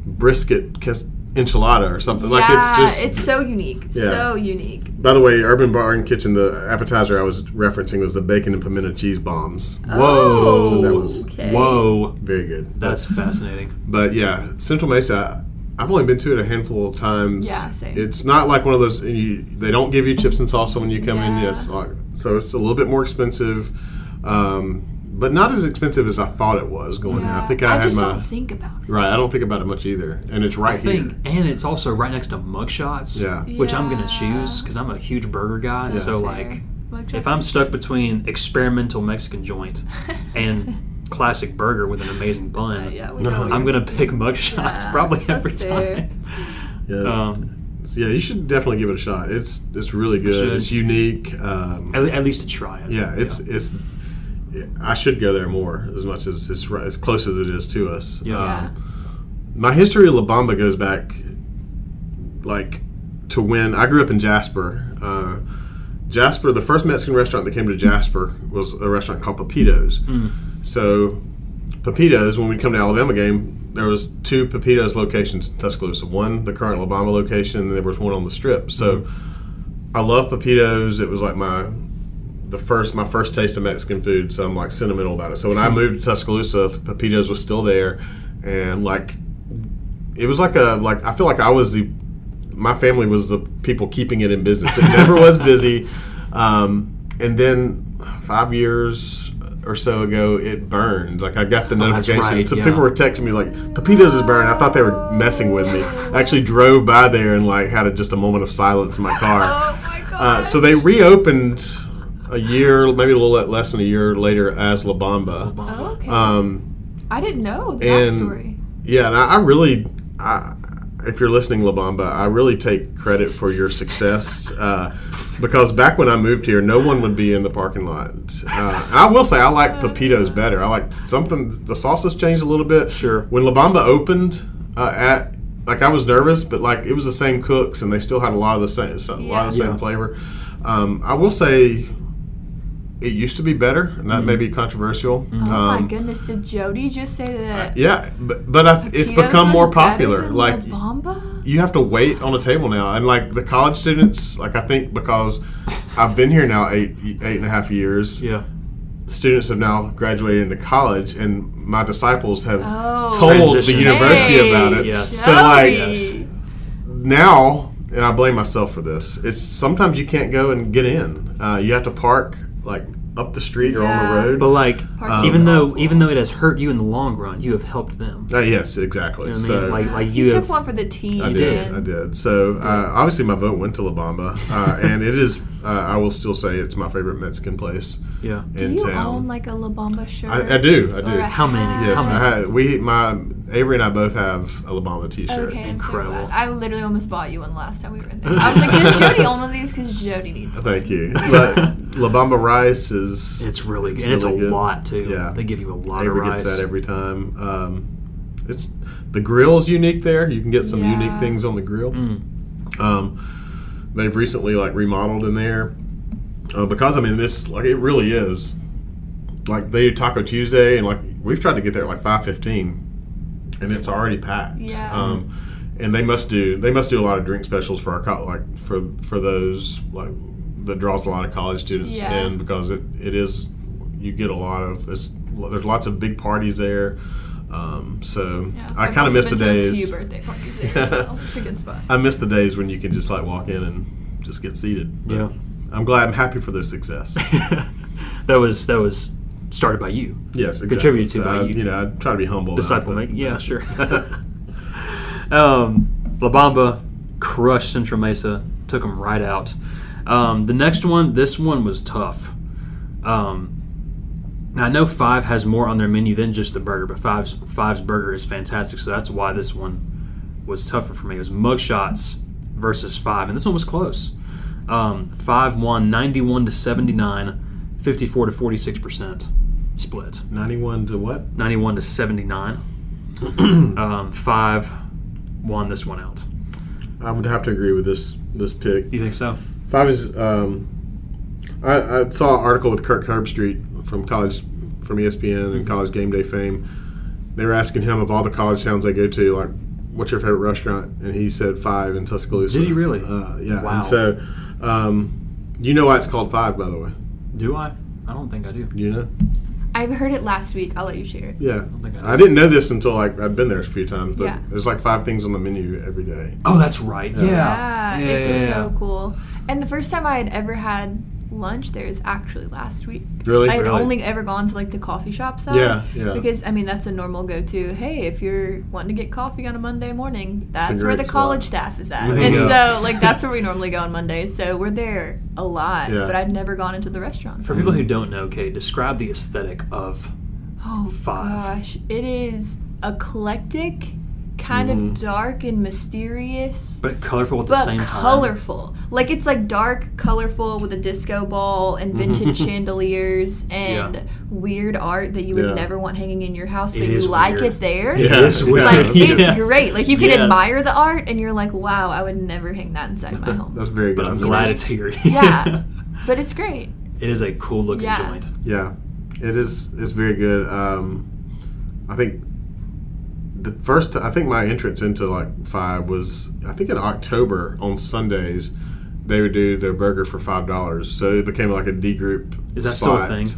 Speaker 2: brisket ques- enchilada or something. Like it's
Speaker 3: Yeah,
Speaker 2: just.
Speaker 3: it's so unique,
Speaker 2: Yeah.
Speaker 3: so unique.
Speaker 2: by the way, Urban Bar and Kitchen, the appetizer I was referencing was the bacon and pimento cheese bombs.
Speaker 3: Uh,
Speaker 1: Whoa!
Speaker 2: So that was-
Speaker 3: Oh, okay.
Speaker 1: Whoa!
Speaker 2: Very good.
Speaker 1: That's fascinating.
Speaker 2: But yeah, Central Mesa. I've only been to it a handful of times.
Speaker 3: Yeah, same.
Speaker 2: It's not like one of those. You, they don't give you chips and salsa when you come in.
Speaker 3: Yeah.
Speaker 2: Yes, like- so it's a little bit more expensive, um, but not as expensive as I thought it was going in. I think I, uh, had
Speaker 3: just
Speaker 2: my
Speaker 3: don't think about it.
Speaker 2: right. I don't think about it much either, and it's right
Speaker 1: I think,
Speaker 2: here.
Speaker 1: and it's also right next to mugshots.
Speaker 2: Yeah.
Speaker 1: Which I'm gonna
Speaker 3: Yeah.
Speaker 1: choose because I'm a huge burger guy. So like,
Speaker 3: Like,
Speaker 1: if I'm stuck between experimental Mexican joint
Speaker 3: <laughs>
Speaker 1: and classic burger with an amazing bun,
Speaker 3: Uh, yeah, we
Speaker 2: No,
Speaker 3: don't-
Speaker 1: I'm gonna pick mugshots
Speaker 3: Yeah,
Speaker 1: probably every
Speaker 3: that's fair.
Speaker 1: time.
Speaker 2: Yeah,
Speaker 1: Um,
Speaker 2: yeah. You should definitely give it a shot. It's it's really good.
Speaker 1: should.
Speaker 2: It's unique. Um,
Speaker 1: at, le- at least to try it.
Speaker 2: yeah, it's it's I should go there more as much as it's ri- as close as it is to us.
Speaker 1: Yeah.
Speaker 3: Yeah.
Speaker 2: my history of La Bamba goes back like to when I grew up in Jasper. Uh, Jasper, the first Mexican restaurant that came to Jasper was a restaurant called Pepitos. So, Pepitos, when we'd come to Alabama game, there was two Pepitos locations in Tuscaloosa. One, the current La Bamba location, and there was one on the Strip. So, I love Pepitos. It was like my the first my first taste of Mexican food, so I'm like sentimental about it. So when I moved to Tuscaloosa, Pepitos was still there, and like it was like a like I feel like I was the my family was the people keeping it
Speaker 1: <laughs>
Speaker 2: in business. It never was busy, um, and then five years or so ago, it burned. Like I got the
Speaker 1: Oh, that's
Speaker 2: notification.
Speaker 1: right,
Speaker 2: so
Speaker 1: yeah.
Speaker 2: people were texting me like Pepitos is burned. I thought they were messing with me. I actually drove by there and like had a, just a moment of silence in my car.
Speaker 1: <laughs>
Speaker 3: Oh my god.
Speaker 2: Uh, so they reopened a year, maybe a little le- less than a year later, as La Bamba.
Speaker 3: okay.
Speaker 2: Um,
Speaker 3: I didn't know the
Speaker 2: and-
Speaker 3: backstory.
Speaker 2: yeah, and I, I really, I, if you're listening, La Bamba, I really take credit for your success uh, because back when I moved here, no one would be in the parking lot. Uh, and I will say, I like Pepitos better. I like something. The sauce has changed a little bit.
Speaker 1: Sure.
Speaker 2: When La Bamba opened uh, at like I was nervous, but like it was the same cooks, and they still had a lot of the same, a lot of the
Speaker 1: Yeah.
Speaker 2: same
Speaker 1: Yeah.
Speaker 2: flavor. Um, I will say it used to be better, and that may be controversial.
Speaker 3: Oh
Speaker 2: um,
Speaker 3: my goodness, did Jody just say that?
Speaker 2: Yeah, but, but I, it's
Speaker 3: Tito's
Speaker 2: become
Speaker 3: was
Speaker 2: more
Speaker 3: better
Speaker 2: popular.
Speaker 3: than
Speaker 2: Like
Speaker 3: La Bamba?
Speaker 2: you have to wait on a table now, and like the college students, like I think because I've been here now eight eight and a half years.
Speaker 1: Yeah.
Speaker 2: Students have now graduated into college, and my disciples have
Speaker 3: Oh.
Speaker 2: told the
Speaker 1: Transition.
Speaker 2: university
Speaker 3: Hey,
Speaker 2: about it.
Speaker 1: Yes.
Speaker 2: So like
Speaker 3: Jody.
Speaker 1: Yes.
Speaker 2: now, and I blame myself for this. It's sometimes you can't go and get in. Uh, you have to park like up the street or on
Speaker 3: Yeah.
Speaker 2: the road.
Speaker 1: But like,
Speaker 2: um,
Speaker 3: Parking's
Speaker 1: even though
Speaker 3: awful.
Speaker 1: even though it has hurt you in the long run, you have helped them.
Speaker 2: Uh, yes, exactly.
Speaker 1: You know what I
Speaker 2: so
Speaker 1: mean? Like like
Speaker 3: He
Speaker 1: you
Speaker 3: took
Speaker 1: have.
Speaker 3: one for the team.
Speaker 2: I
Speaker 1: You
Speaker 2: did.
Speaker 3: man.
Speaker 2: I did. So uh, obviously, my vote went to La Bamba,
Speaker 3: <laughs>
Speaker 2: uh, and it is. Uh, I will still say it's my favorite Mexican place
Speaker 1: Yeah.
Speaker 3: Do
Speaker 2: in
Speaker 3: you
Speaker 2: town.
Speaker 3: own like a La Bamba shirt?
Speaker 2: I, I do. I
Speaker 3: Or a
Speaker 2: do.
Speaker 1: How many?
Speaker 3: hat?
Speaker 2: Yes,
Speaker 1: How
Speaker 2: I
Speaker 1: many?
Speaker 2: had, we my Avery and I both have a La Bamba T-shirt.
Speaker 3: Okay, I'm so
Speaker 1: Incredible.
Speaker 3: glad. I literally almost bought you one last time we were in there.
Speaker 2: <laughs>
Speaker 3: I was like, does Jody own one of these? Because Jody needs one.
Speaker 2: Thank
Speaker 3: <laughs>
Speaker 2: you. But La Bamba rice is
Speaker 1: It's really good.
Speaker 2: It's
Speaker 1: and it's
Speaker 2: really
Speaker 1: a
Speaker 2: good.
Speaker 1: lot too.
Speaker 2: Yeah.
Speaker 1: They give you a lot
Speaker 2: Avery
Speaker 1: of rice.
Speaker 2: gets that every time. Um, it's the grill's unique there. You can get some
Speaker 3: Yeah.
Speaker 2: unique things on the grill.
Speaker 1: Mm.
Speaker 2: Um, they've recently like remodeled in there uh, because I mean this like it really is like they do Taco Tuesday and like we've tried to get there at like five fifteen and it's already packed.
Speaker 3: Yeah.
Speaker 2: Um, and they must do they must do a lot of drink specials for our co- like for for those like that draws a lot of college students
Speaker 3: Yeah.
Speaker 2: in because it, it is you get a lot of it's there's lots of big parties there. Um, so
Speaker 3: Yeah.
Speaker 2: I
Speaker 3: I've
Speaker 2: kind
Speaker 3: also
Speaker 2: of miss the
Speaker 3: been to a
Speaker 2: days.
Speaker 3: few birthday parties
Speaker 2: <laughs>
Speaker 3: there as well. It's a good spot.
Speaker 2: I miss the days when you can just like walk in and just get seated. But
Speaker 1: Yeah.
Speaker 2: I'm glad. I'm happy for
Speaker 1: <laughs>
Speaker 2: their success.
Speaker 1: that was that was started by you.
Speaker 2: yes, exactly.
Speaker 1: Contributed to
Speaker 2: So
Speaker 1: by
Speaker 2: I,
Speaker 1: you.
Speaker 2: You know, I try to be humble.
Speaker 1: Disciple
Speaker 2: about it,
Speaker 1: making. Yeah, sure. <laughs> um, La Bamba crushed Central Mesa, took them right out. Um, the next one, this one was tough. Um, now I know Five has more on their menu than just the burger, but Five's Five's burger is fantastic, so that's why this one was tougher for me. It was Mugshots versus Five, and this one was close. Um, five won 91 to 79, 54 to 46 percent split.
Speaker 2: 91 to what?
Speaker 1: 91 to 79. um, five won this one out.
Speaker 2: I would have to agree with this this pick.
Speaker 1: You think so?
Speaker 2: Five is. Um, I, I saw an article with Kirk Herbstreit from college, from E ESPN
Speaker 1: Mm-hmm.
Speaker 2: and College Game Day fame. They were asking him of all the college towns they go to, like, what's your favorite restaurant? And he said five in Tuscaloosa.
Speaker 1: Did he really?
Speaker 2: Uh, yeah.
Speaker 1: Wow.
Speaker 2: And so, um, you know why it's called five, by the way?
Speaker 1: Do I? I don't think I do.
Speaker 2: You know?
Speaker 3: I heard it last week. I'll let you share it.
Speaker 2: Yeah.
Speaker 1: think I do.
Speaker 2: I didn't know this until like I'd been there a few times, but
Speaker 3: Yeah.
Speaker 2: there's like five things on the menu every day.
Speaker 1: Oh, that's right. Yeah.
Speaker 3: Yeah,
Speaker 1: Yeah,
Speaker 3: it's
Speaker 1: yeah,
Speaker 3: so cool. And the first time I had ever had lunch there is actually last week.
Speaker 2: Really?
Speaker 3: I had
Speaker 2: Really?
Speaker 3: only ever gone to like the coffee shop side.
Speaker 2: Yeah, yeah.
Speaker 3: Because I mean that's a normal go-to. Hey, if you're wanting to get coffee on a Monday morning, that's where
Speaker 2: great
Speaker 3: the
Speaker 2: spot.
Speaker 3: college staff is at.
Speaker 2: There you
Speaker 3: And
Speaker 2: go.
Speaker 3: so like that's where we normally go on Mondays. So we're there a lot,
Speaker 2: Yeah.
Speaker 3: but I'd never gone into the restaurant.
Speaker 1: For people who don't know, Kate, describe the aesthetic of
Speaker 3: Oh
Speaker 1: Five.
Speaker 3: gosh, it is eclectic, kind of dark and mysterious,
Speaker 1: but colorful at the
Speaker 3: but
Speaker 1: same time.
Speaker 3: colorful. Like it's like dark, colorful with a disco ball and vintage chandeliers and
Speaker 1: Yeah.
Speaker 3: weird art that you would
Speaker 2: Yeah.
Speaker 3: never want hanging in your house, but
Speaker 1: It
Speaker 3: you
Speaker 1: is
Speaker 3: like
Speaker 1: weird.
Speaker 3: it there.
Speaker 2: Yeah.
Speaker 1: Yes, well,
Speaker 3: <laughs> Like
Speaker 1: <laughs>
Speaker 3: it's
Speaker 1: yes.
Speaker 3: great. Like you can
Speaker 1: Yes.
Speaker 3: admire the art, and you're like, "Wow, I would never hang that inside my home."
Speaker 2: <laughs> That's very good.
Speaker 1: But I'm
Speaker 2: glad.
Speaker 1: glad it's here.
Speaker 3: yeah, but it's great.
Speaker 1: <laughs> it is a cool looking
Speaker 3: Yeah.
Speaker 1: joint.
Speaker 2: Yeah, it is. It's very good. Um, I think the first. I think my entrance into like five was. I think in October on Sundays, they would do their burger for five dollars. So it became like a D group.
Speaker 1: Is that still a thing?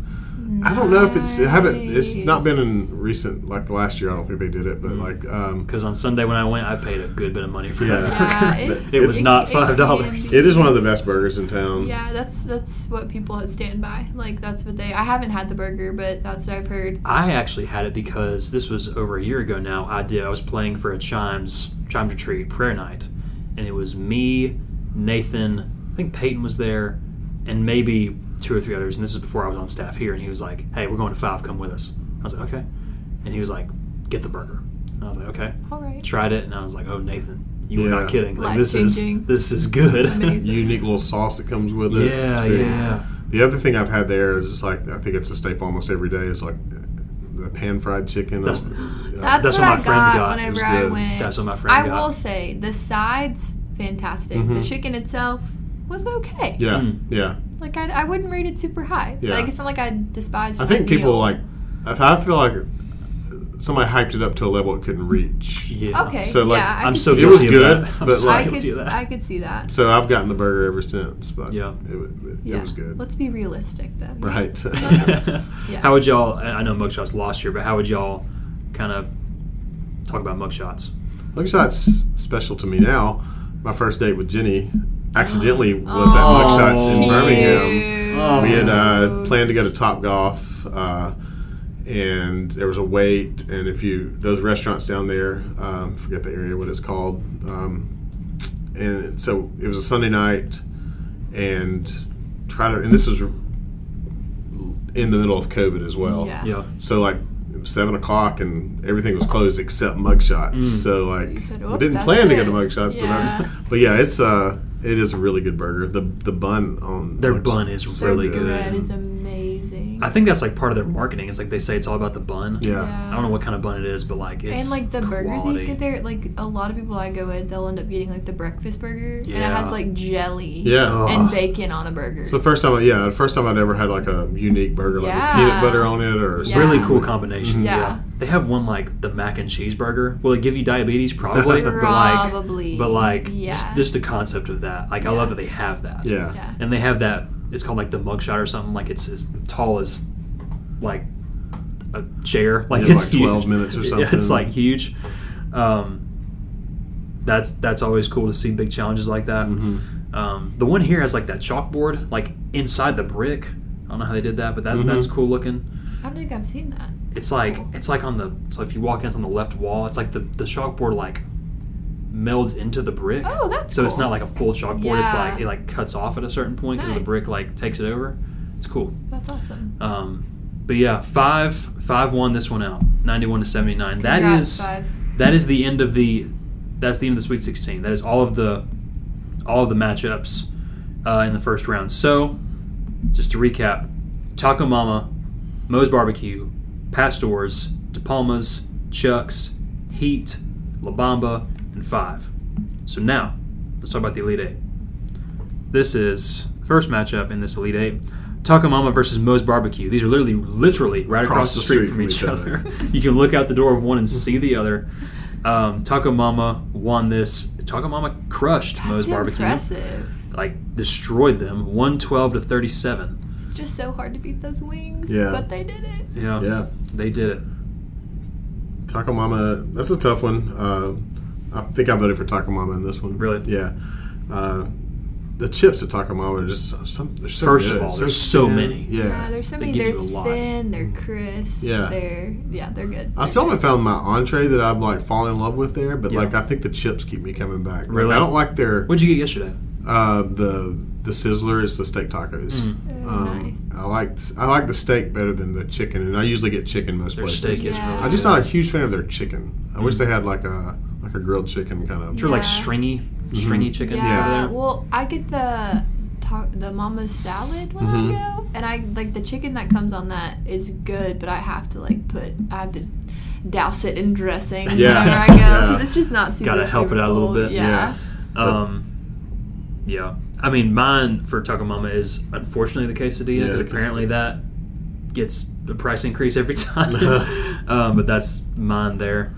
Speaker 2: I don't know if it's. I haven't. It's not been in recent. Like the last year, I don't think they did
Speaker 1: Mm.
Speaker 2: it. But like, um,
Speaker 1: Because on Sunday when I went, I paid a good bit of money for
Speaker 2: Yeah.
Speaker 1: that.
Speaker 2: <laughs>
Speaker 1: burger.
Speaker 3: it's-
Speaker 1: it was not
Speaker 3: it
Speaker 1: five dollars.
Speaker 3: can
Speaker 2: it is one of the best burgers in town.
Speaker 3: Yeah, that's that's what people stand by. Like that's what they. I haven't had the burger, but that's what I've heard.
Speaker 1: I actually had it because this was over a year ago now. I did. I was playing for a chimes chimes retreat prayer night, and it was me, Nathan. I think Peyton was there, and maybe two or three others. And this is before I was on staff here. And he was like, "Hey, we're going to five. Come with us." I was like, "Okay," and he was like, "Get the burger." And I was like, "Okay."
Speaker 3: All right.
Speaker 1: Tried it, and I was like, "Oh, Nathan, you were
Speaker 2: Yeah.
Speaker 1: not kidding. Like, this is
Speaker 3: Life-changing.
Speaker 1: this is good."
Speaker 3: Amazing.
Speaker 2: Unique little sauce that comes with it.
Speaker 1: <laughs> yeah, yeah,
Speaker 2: Very-
Speaker 1: yeah.
Speaker 2: The other thing I've had there is just like I think it's a staple almost every day is like the pan fried chicken. uh,
Speaker 1: That's-
Speaker 3: That's,
Speaker 1: That's what
Speaker 3: what,
Speaker 1: my
Speaker 3: I
Speaker 1: friend
Speaker 3: got,
Speaker 1: got. It
Speaker 3: whenever
Speaker 2: was
Speaker 3: I
Speaker 2: good.
Speaker 3: went.
Speaker 1: That's what my friend
Speaker 3: I
Speaker 1: got.
Speaker 3: will say the sides fantastic. The
Speaker 2: Mhm.
Speaker 3: chicken itself was okay.
Speaker 2: yeah,
Speaker 1: Mm.
Speaker 2: yeah.
Speaker 3: Like I, I wouldn't rate it super high.
Speaker 2: Yeah.
Speaker 3: Like it's not like I despise.
Speaker 2: I
Speaker 3: my
Speaker 2: think people
Speaker 3: meal.
Speaker 2: like. I th- I feel like somebody hyped it up to a level it couldn't reach.
Speaker 1: Yeah.
Speaker 3: Okay.
Speaker 2: So, like,
Speaker 3: yeah, I
Speaker 1: I'm
Speaker 3: could
Speaker 1: so
Speaker 3: see
Speaker 2: It was
Speaker 1: guilty of
Speaker 2: good,
Speaker 1: that. <laughs> I'm
Speaker 2: but,
Speaker 1: so
Speaker 2: like-
Speaker 3: I could,
Speaker 1: guilty of that.
Speaker 3: I could see that.
Speaker 2: So I've gotten the burger ever since, but
Speaker 1: Yeah.
Speaker 2: it, wa- it,
Speaker 3: Yeah.
Speaker 2: it was good.
Speaker 3: Let's be realistic though.
Speaker 2: Right. <laughs>
Speaker 3: Yeah.
Speaker 1: <laughs> How would y'all? I I know mugshots lost here, but how would y'all kind of talk about mugshots?
Speaker 2: Mugshot's special to me now. My first date with Jenny accidentally was at Mugshots in
Speaker 1: cute.
Speaker 2: Birmingham. We had uh,
Speaker 3: Oh.
Speaker 2: planned to go to Top Golf, uh, and there was a wait. And if you those restaurants down there, um, forget the area what it's called. Um, and so it was a Sunday night, and try to. And this was in the middle of COVID as well.
Speaker 3: Yeah.
Speaker 1: Yeah.
Speaker 2: So like it was seven o'clock and everything was closed except mugshots.
Speaker 1: Mm.
Speaker 2: So like
Speaker 3: You said,
Speaker 2: we
Speaker 3: "Oop,
Speaker 2: didn't
Speaker 3: that's
Speaker 2: plan to go
Speaker 3: it."
Speaker 2: to mugshots, but
Speaker 3: Yeah.
Speaker 2: that's <laughs> but yeah, it's uh it is a really good burger. The the bun on
Speaker 1: Their
Speaker 2: Mugshotts
Speaker 1: bun is
Speaker 2: <laughs> so
Speaker 1: really
Speaker 3: The
Speaker 1: good.
Speaker 3: bread is amazing.
Speaker 1: I think that's like part of their marketing. It's like they say it's all about the bun.
Speaker 2: Yeah.
Speaker 1: I don't know what kind of bun it is, but like it's
Speaker 3: and like the burgers
Speaker 1: quality.
Speaker 3: you get there, like a lot of people I go with, they'll end up getting like the breakfast burger, and it
Speaker 1: Yeah.
Speaker 3: has like jelly,
Speaker 2: Yeah.
Speaker 3: and
Speaker 1: Ugh.
Speaker 3: bacon on a burger.
Speaker 2: It's the first time, I- yeah, the first time I'd ever had like a unique burger, like
Speaker 3: Yeah.
Speaker 2: with peanut butter on it, or
Speaker 3: Yeah. Mm-hmm.
Speaker 1: Really cool combinations.
Speaker 3: Yeah.
Speaker 1: Yeah. They have one like the mac and cheese burger. Will it give you diabetes? Probably.
Speaker 3: Probably.
Speaker 1: But like, but like
Speaker 3: Yeah.
Speaker 1: just, just the concept of that. Like I love that they have that.
Speaker 2: Yeah.
Speaker 3: Yeah.
Speaker 1: And they have that. It's called like the mugshot or something. Like it's as tall as like a chair. Like
Speaker 2: Yeah,
Speaker 1: it's
Speaker 2: like 12
Speaker 1: huge.
Speaker 2: minutes or
Speaker 1: Yeah, it's
Speaker 2: something.
Speaker 1: like huge. Um, that's that's always cool to see big challenges like that.
Speaker 2: Mm-hmm.
Speaker 1: Um, the one here has like that chalkboard like inside the brick. I don't know how they did that, but that,
Speaker 2: Mm-hmm.
Speaker 1: that's cool looking.
Speaker 3: I don't think I've seen that.
Speaker 1: It's like it's like on the so if you walk in it's on the left wall, it's like the the chalkboard like melds into the brick.
Speaker 3: Oh, that's
Speaker 1: so it's
Speaker 3: cool.
Speaker 1: not like a full chalkboard. It's
Speaker 3: Yeah.
Speaker 1: like it like cuts off at a certain point because the brick
Speaker 3: Nice.
Speaker 1: like takes it over. It's cool.
Speaker 3: That's awesome.
Speaker 1: Um, but yeah, five five won this one out, ninety one to seventy nine. That
Speaker 3: Congrats,
Speaker 1: is
Speaker 3: five.
Speaker 1: that is the end of the that's the end of the Sweet Sixteen. That is all of the all of the matchups uh, in the first round. So just to recap, Taco Mama, Moe's Barbecue, Pastors, De Palmas, Chucks, Heat, La Bamba, and Five. So now let's talk about the Elite Eight. This is the first matchup in this Elite Eight. Takamama versus Moe's Barbecue. These are literally, literally right across, the street, from each other. <laughs> you can look out the door of one and see the other. Um, Takamama won this. Takamama crushed Moe's
Speaker 3: That's
Speaker 1: Barbecue.
Speaker 3: impressive.
Speaker 1: Like destroyed them, one twelve to thirty seven.
Speaker 3: It's just so hard to beat those wings,
Speaker 2: Yeah.
Speaker 3: but they did it.
Speaker 1: Yeah,
Speaker 2: yeah.
Speaker 1: they did it.
Speaker 2: Taco Mama, that's a tough one. Uh, I think I voted for Taco Mama in this one.
Speaker 1: Really?
Speaker 2: Yeah. Uh, the chips at Taco Mama are just some. They're so
Speaker 1: First of
Speaker 2: good,
Speaker 1: all, there's so
Speaker 2: thin.
Speaker 1: many.
Speaker 2: Yeah.
Speaker 3: Yeah, there's so
Speaker 1: They
Speaker 3: many.
Speaker 1: give
Speaker 3: They're
Speaker 1: you a lot. Mm.
Speaker 3: thin. They're crisp.
Speaker 2: Yeah.
Speaker 3: They're yeah. They're good.
Speaker 2: I still haven't found my entree that I've like fallen in love with there, but
Speaker 1: Yeah.
Speaker 2: like I think the chips keep me coming back. Like,
Speaker 1: Really?
Speaker 2: I don't like their
Speaker 1: What'd you get yesterday?
Speaker 2: uh, the the sizzler is the steak tacos.
Speaker 1: Mm.
Speaker 3: Oh,
Speaker 2: Um, I like I like the steak better than the chicken, and I usually get chicken most
Speaker 1: Their
Speaker 2: places.
Speaker 1: steak Mm. is
Speaker 3: Yeah.
Speaker 1: really.
Speaker 2: I'm just
Speaker 1: good.
Speaker 2: not a huge fan of their chicken. I wish they had like a or grilled chicken kind of.
Speaker 1: Sure, like
Speaker 3: Yeah.
Speaker 1: stringy,
Speaker 2: Mm-hmm.
Speaker 1: stringy chicken
Speaker 3: Yeah.
Speaker 1: over there.
Speaker 3: Well, I get the ta- the mama's salad when
Speaker 1: Mm-hmm.
Speaker 3: I go, and I like the chicken that comes on that is good, but I have to like put I have to douse it in dressing
Speaker 2: Yeah.
Speaker 3: whenever I go
Speaker 2: Yeah.
Speaker 3: because it's just not too.
Speaker 1: Gotta help it out a little
Speaker 3: flavorful.
Speaker 1: bit.
Speaker 3: Yeah.
Speaker 1: Um, yeah. I mean, mine for Takamama is unfortunately the quesadilla
Speaker 2: Yeah,
Speaker 1: because
Speaker 2: the
Speaker 1: apparently that gets a price increase every <laughs> time.
Speaker 2: <laughs>
Speaker 1: um, but that's mine there.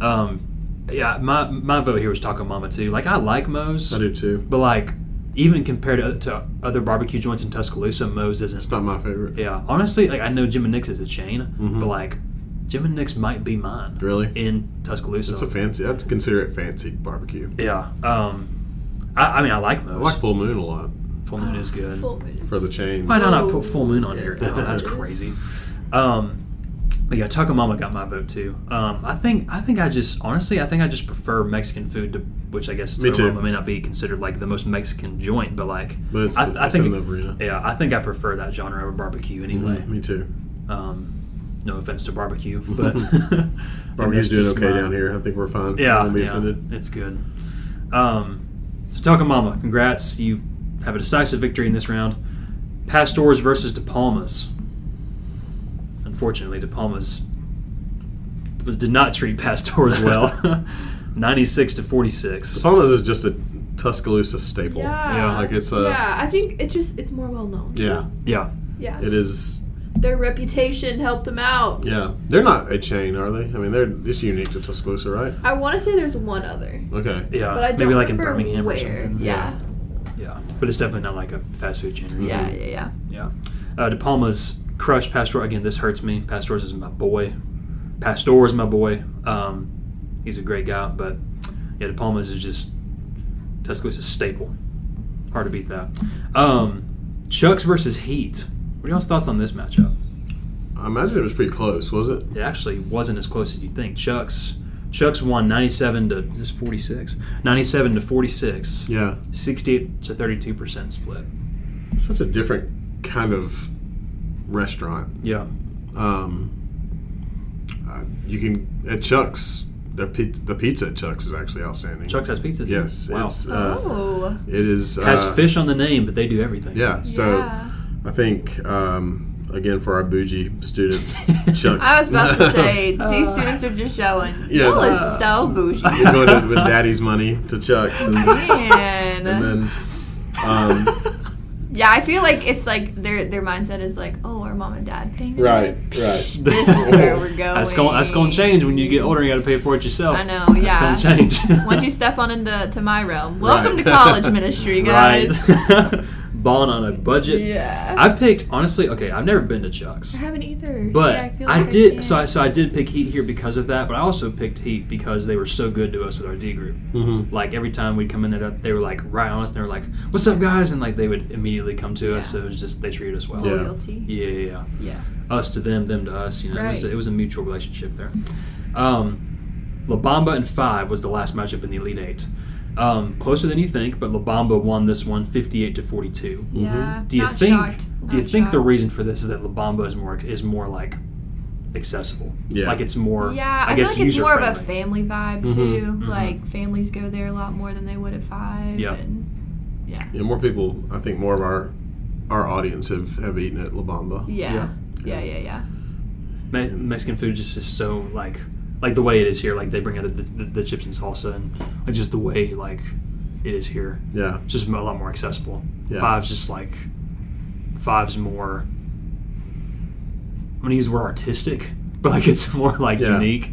Speaker 1: Um, yeah, my my vote here was Taco Mama too. Like I like Moe's,
Speaker 2: I do too.
Speaker 1: but like even compared to, to other barbecue joints in Tuscaloosa, Moe's isn't.
Speaker 2: It's not my favorite.
Speaker 1: Yeah, honestly, like I know Jim and Nick's is a chain,
Speaker 2: Mm-hmm.
Speaker 1: but like Jim and Nick's might be mine
Speaker 2: Really?
Speaker 1: in Tuscaloosa.
Speaker 2: It's a fancy. I'd consider it fancy barbecue.
Speaker 1: yeah, um, I, I mean I like Moe's.
Speaker 2: I like Full Moon a lot
Speaker 1: Full moon is good.
Speaker 3: Ah, Full moon is-
Speaker 2: for the chain.
Speaker 1: Why not not
Speaker 3: Oh.
Speaker 1: put full moon on
Speaker 2: <laughs>
Speaker 1: here? Oh, that's crazy. Um, but yeah, Tuckamama got my vote too. Um, I think I think I just honestly I think I just prefer Mexican food to which I guess
Speaker 2: Me too.
Speaker 1: Tuckamama may not be considered like the most Mexican joint, but like
Speaker 2: But it's,
Speaker 1: I, I
Speaker 2: it's
Speaker 1: think
Speaker 2: in the arena.
Speaker 1: yeah I think I prefer that genre over barbecue anyway.
Speaker 2: Mm-hmm. Me too.
Speaker 1: Um, no offense to
Speaker 2: <laughs>
Speaker 1: barbecue, but <laughs> that's
Speaker 2: Barbecue's doing
Speaker 1: just
Speaker 2: okay
Speaker 1: my-
Speaker 2: down here. I think we're fine. I
Speaker 1: yeah,
Speaker 2: won't be
Speaker 1: yeah,
Speaker 2: offended.
Speaker 1: it's good. Um, so Tuckamama, congrats! You have a decisive victory in this round. Pastors versus De Palmas. Unfortunately, De Palmas was did not treat Pastors well. <laughs> Ninety-six to forty-six.
Speaker 2: Palmas is just a Tuscaloosa staple.
Speaker 3: Yeah.
Speaker 1: Yeah, uh,
Speaker 2: Like it's a.
Speaker 3: yeah, I think it's just it's more well known.
Speaker 2: Yeah.
Speaker 1: Yeah,
Speaker 3: Yeah.
Speaker 2: It is.
Speaker 3: Their reputation helped them out.
Speaker 2: Yeah. They're not a chain, are they? I mean, they're it's unique to Tuscaloosa, right?
Speaker 3: I want to say there's one other,
Speaker 2: Okay.
Speaker 1: yeah.
Speaker 3: but I don't
Speaker 1: Uh, Maybe like in
Speaker 3: remember
Speaker 1: Birmingham
Speaker 3: where.
Speaker 1: or something.
Speaker 3: Yeah.
Speaker 1: Yeah, but it's definitely not like a fast food chain. or anything.
Speaker 3: Yeah. Yeah. Yeah.
Speaker 1: Yeah. Uh, De Palma's crushed Pastor. Again, this hurts me. Pastors is my boy. Pastor is my boy. Um, he's a great guy, but yeah, De Palma's is just Tuscaloosa's staple. Hard to beat that. Um, Chucks versus Heat. What are y'all's thoughts on this matchup?
Speaker 2: I imagine it was pretty close, was it?
Speaker 1: It actually wasn't as close as you think. Chucks. Chucks won 97 to this 46. 97 to 46.
Speaker 2: Yeah.
Speaker 1: 68 to 32% split.
Speaker 2: Such a different kind of restaurant.
Speaker 1: Yeah.
Speaker 2: Um, uh, you can at Chuck's. The pizza, the pizza at Chuck's is actually outstanding.
Speaker 1: Chucks has pizzas.
Speaker 2: Yes,
Speaker 1: Wow.
Speaker 2: it's uh,
Speaker 3: oh.
Speaker 2: it is uh,
Speaker 1: has fish on the name, but they do everything.
Speaker 2: Yeah, so
Speaker 3: Yeah.
Speaker 2: I think um, again for our bougie
Speaker 1: <laughs>
Speaker 2: students, Chuck's.
Speaker 3: I was
Speaker 2: <laughs>
Speaker 3: about to say these students are just showing.
Speaker 2: Yeah.
Speaker 3: Y'all
Speaker 1: <laughs>
Speaker 3: is so bougie.
Speaker 2: You're going to, with daddy's money to Chuck's,
Speaker 3: <laughs>
Speaker 1: <laughs>
Speaker 2: and, and
Speaker 3: Man.
Speaker 2: then um,
Speaker 3: yeah, I feel like it's like their their mindset is like, oh, our mom and dad paying. for
Speaker 2: right,
Speaker 3: it?
Speaker 2: right.
Speaker 3: <laughs>
Speaker 1: <laughs>
Speaker 3: This is where we're going.
Speaker 1: That's going that's going to change when you get older. You got to pay for it yourself.
Speaker 3: I know,
Speaker 1: That's
Speaker 3: yeah.
Speaker 1: going to change.
Speaker 3: <laughs> Once you step on into to my realm, welcome
Speaker 2: Right.
Speaker 3: to college
Speaker 1: <laughs>
Speaker 3: ministry, <laughs> guys.
Speaker 1: right. Bond on a budget.
Speaker 3: Yeah.
Speaker 1: I picked honestly. Okay, I've never been to
Speaker 3: <laughs>
Speaker 1: Chuck's,
Speaker 3: I haven't either.
Speaker 1: but
Speaker 3: See, I,
Speaker 1: I,
Speaker 3: feel like
Speaker 1: did.
Speaker 3: can't.
Speaker 1: so I so I did pick Heat here because of that. But I also picked Heat because they were so good to us with our D group. Mm-hmm. Like every time we'd come in there, they were like right on us. And they were like, "What's up, guys?" And like they would immediately come to us. So it was just they treated us well.
Speaker 2: Yeah.
Speaker 3: loyalty.
Speaker 1: Yeah, yeah, yeah.
Speaker 3: Yeah.
Speaker 1: us to them, them to us. You know, it, was,
Speaker 3: Right.
Speaker 1: it was a mutual relationship there. Um, La Bamba and Five was the last matchup in the Elite Eight. Um, closer than you think, but La Bamba won this one, fifty-eight to forty-two.
Speaker 3: Yeah.
Speaker 1: Mm-hmm. Do you
Speaker 3: Not
Speaker 1: think?
Speaker 3: shocked.
Speaker 1: Do you
Speaker 3: Not
Speaker 1: think the
Speaker 3: shocked.
Speaker 1: reason for this is that La Bamba is more is more like accessible?
Speaker 2: Yeah.
Speaker 1: like it's more.
Speaker 3: Yeah, I,
Speaker 1: guess
Speaker 3: feel like it's
Speaker 1: user
Speaker 3: more of a
Speaker 1: friendly.
Speaker 3: family vibe
Speaker 2: Mm-hmm,
Speaker 3: too. Like families go there a lot more than they would at five.
Speaker 1: Yeah.
Speaker 3: And
Speaker 2: Yeah, more people. I think more of our our audience have, have eaten at La Bamba.
Speaker 1: Yeah.
Speaker 3: yeah. Yeah. Yeah. Yeah.
Speaker 1: Me- Mexican food just is so like like the way it is here. Like they bring out the, the, the chips and salsa, and like, just the way like it is here.
Speaker 2: Yeah,
Speaker 1: It's just a lot more accessible.
Speaker 2: Yeah.
Speaker 1: Five's just like five's more. I'm gonna use the word artistic, <laughs> but like it's more like
Speaker 2: Yeah.
Speaker 1: unique.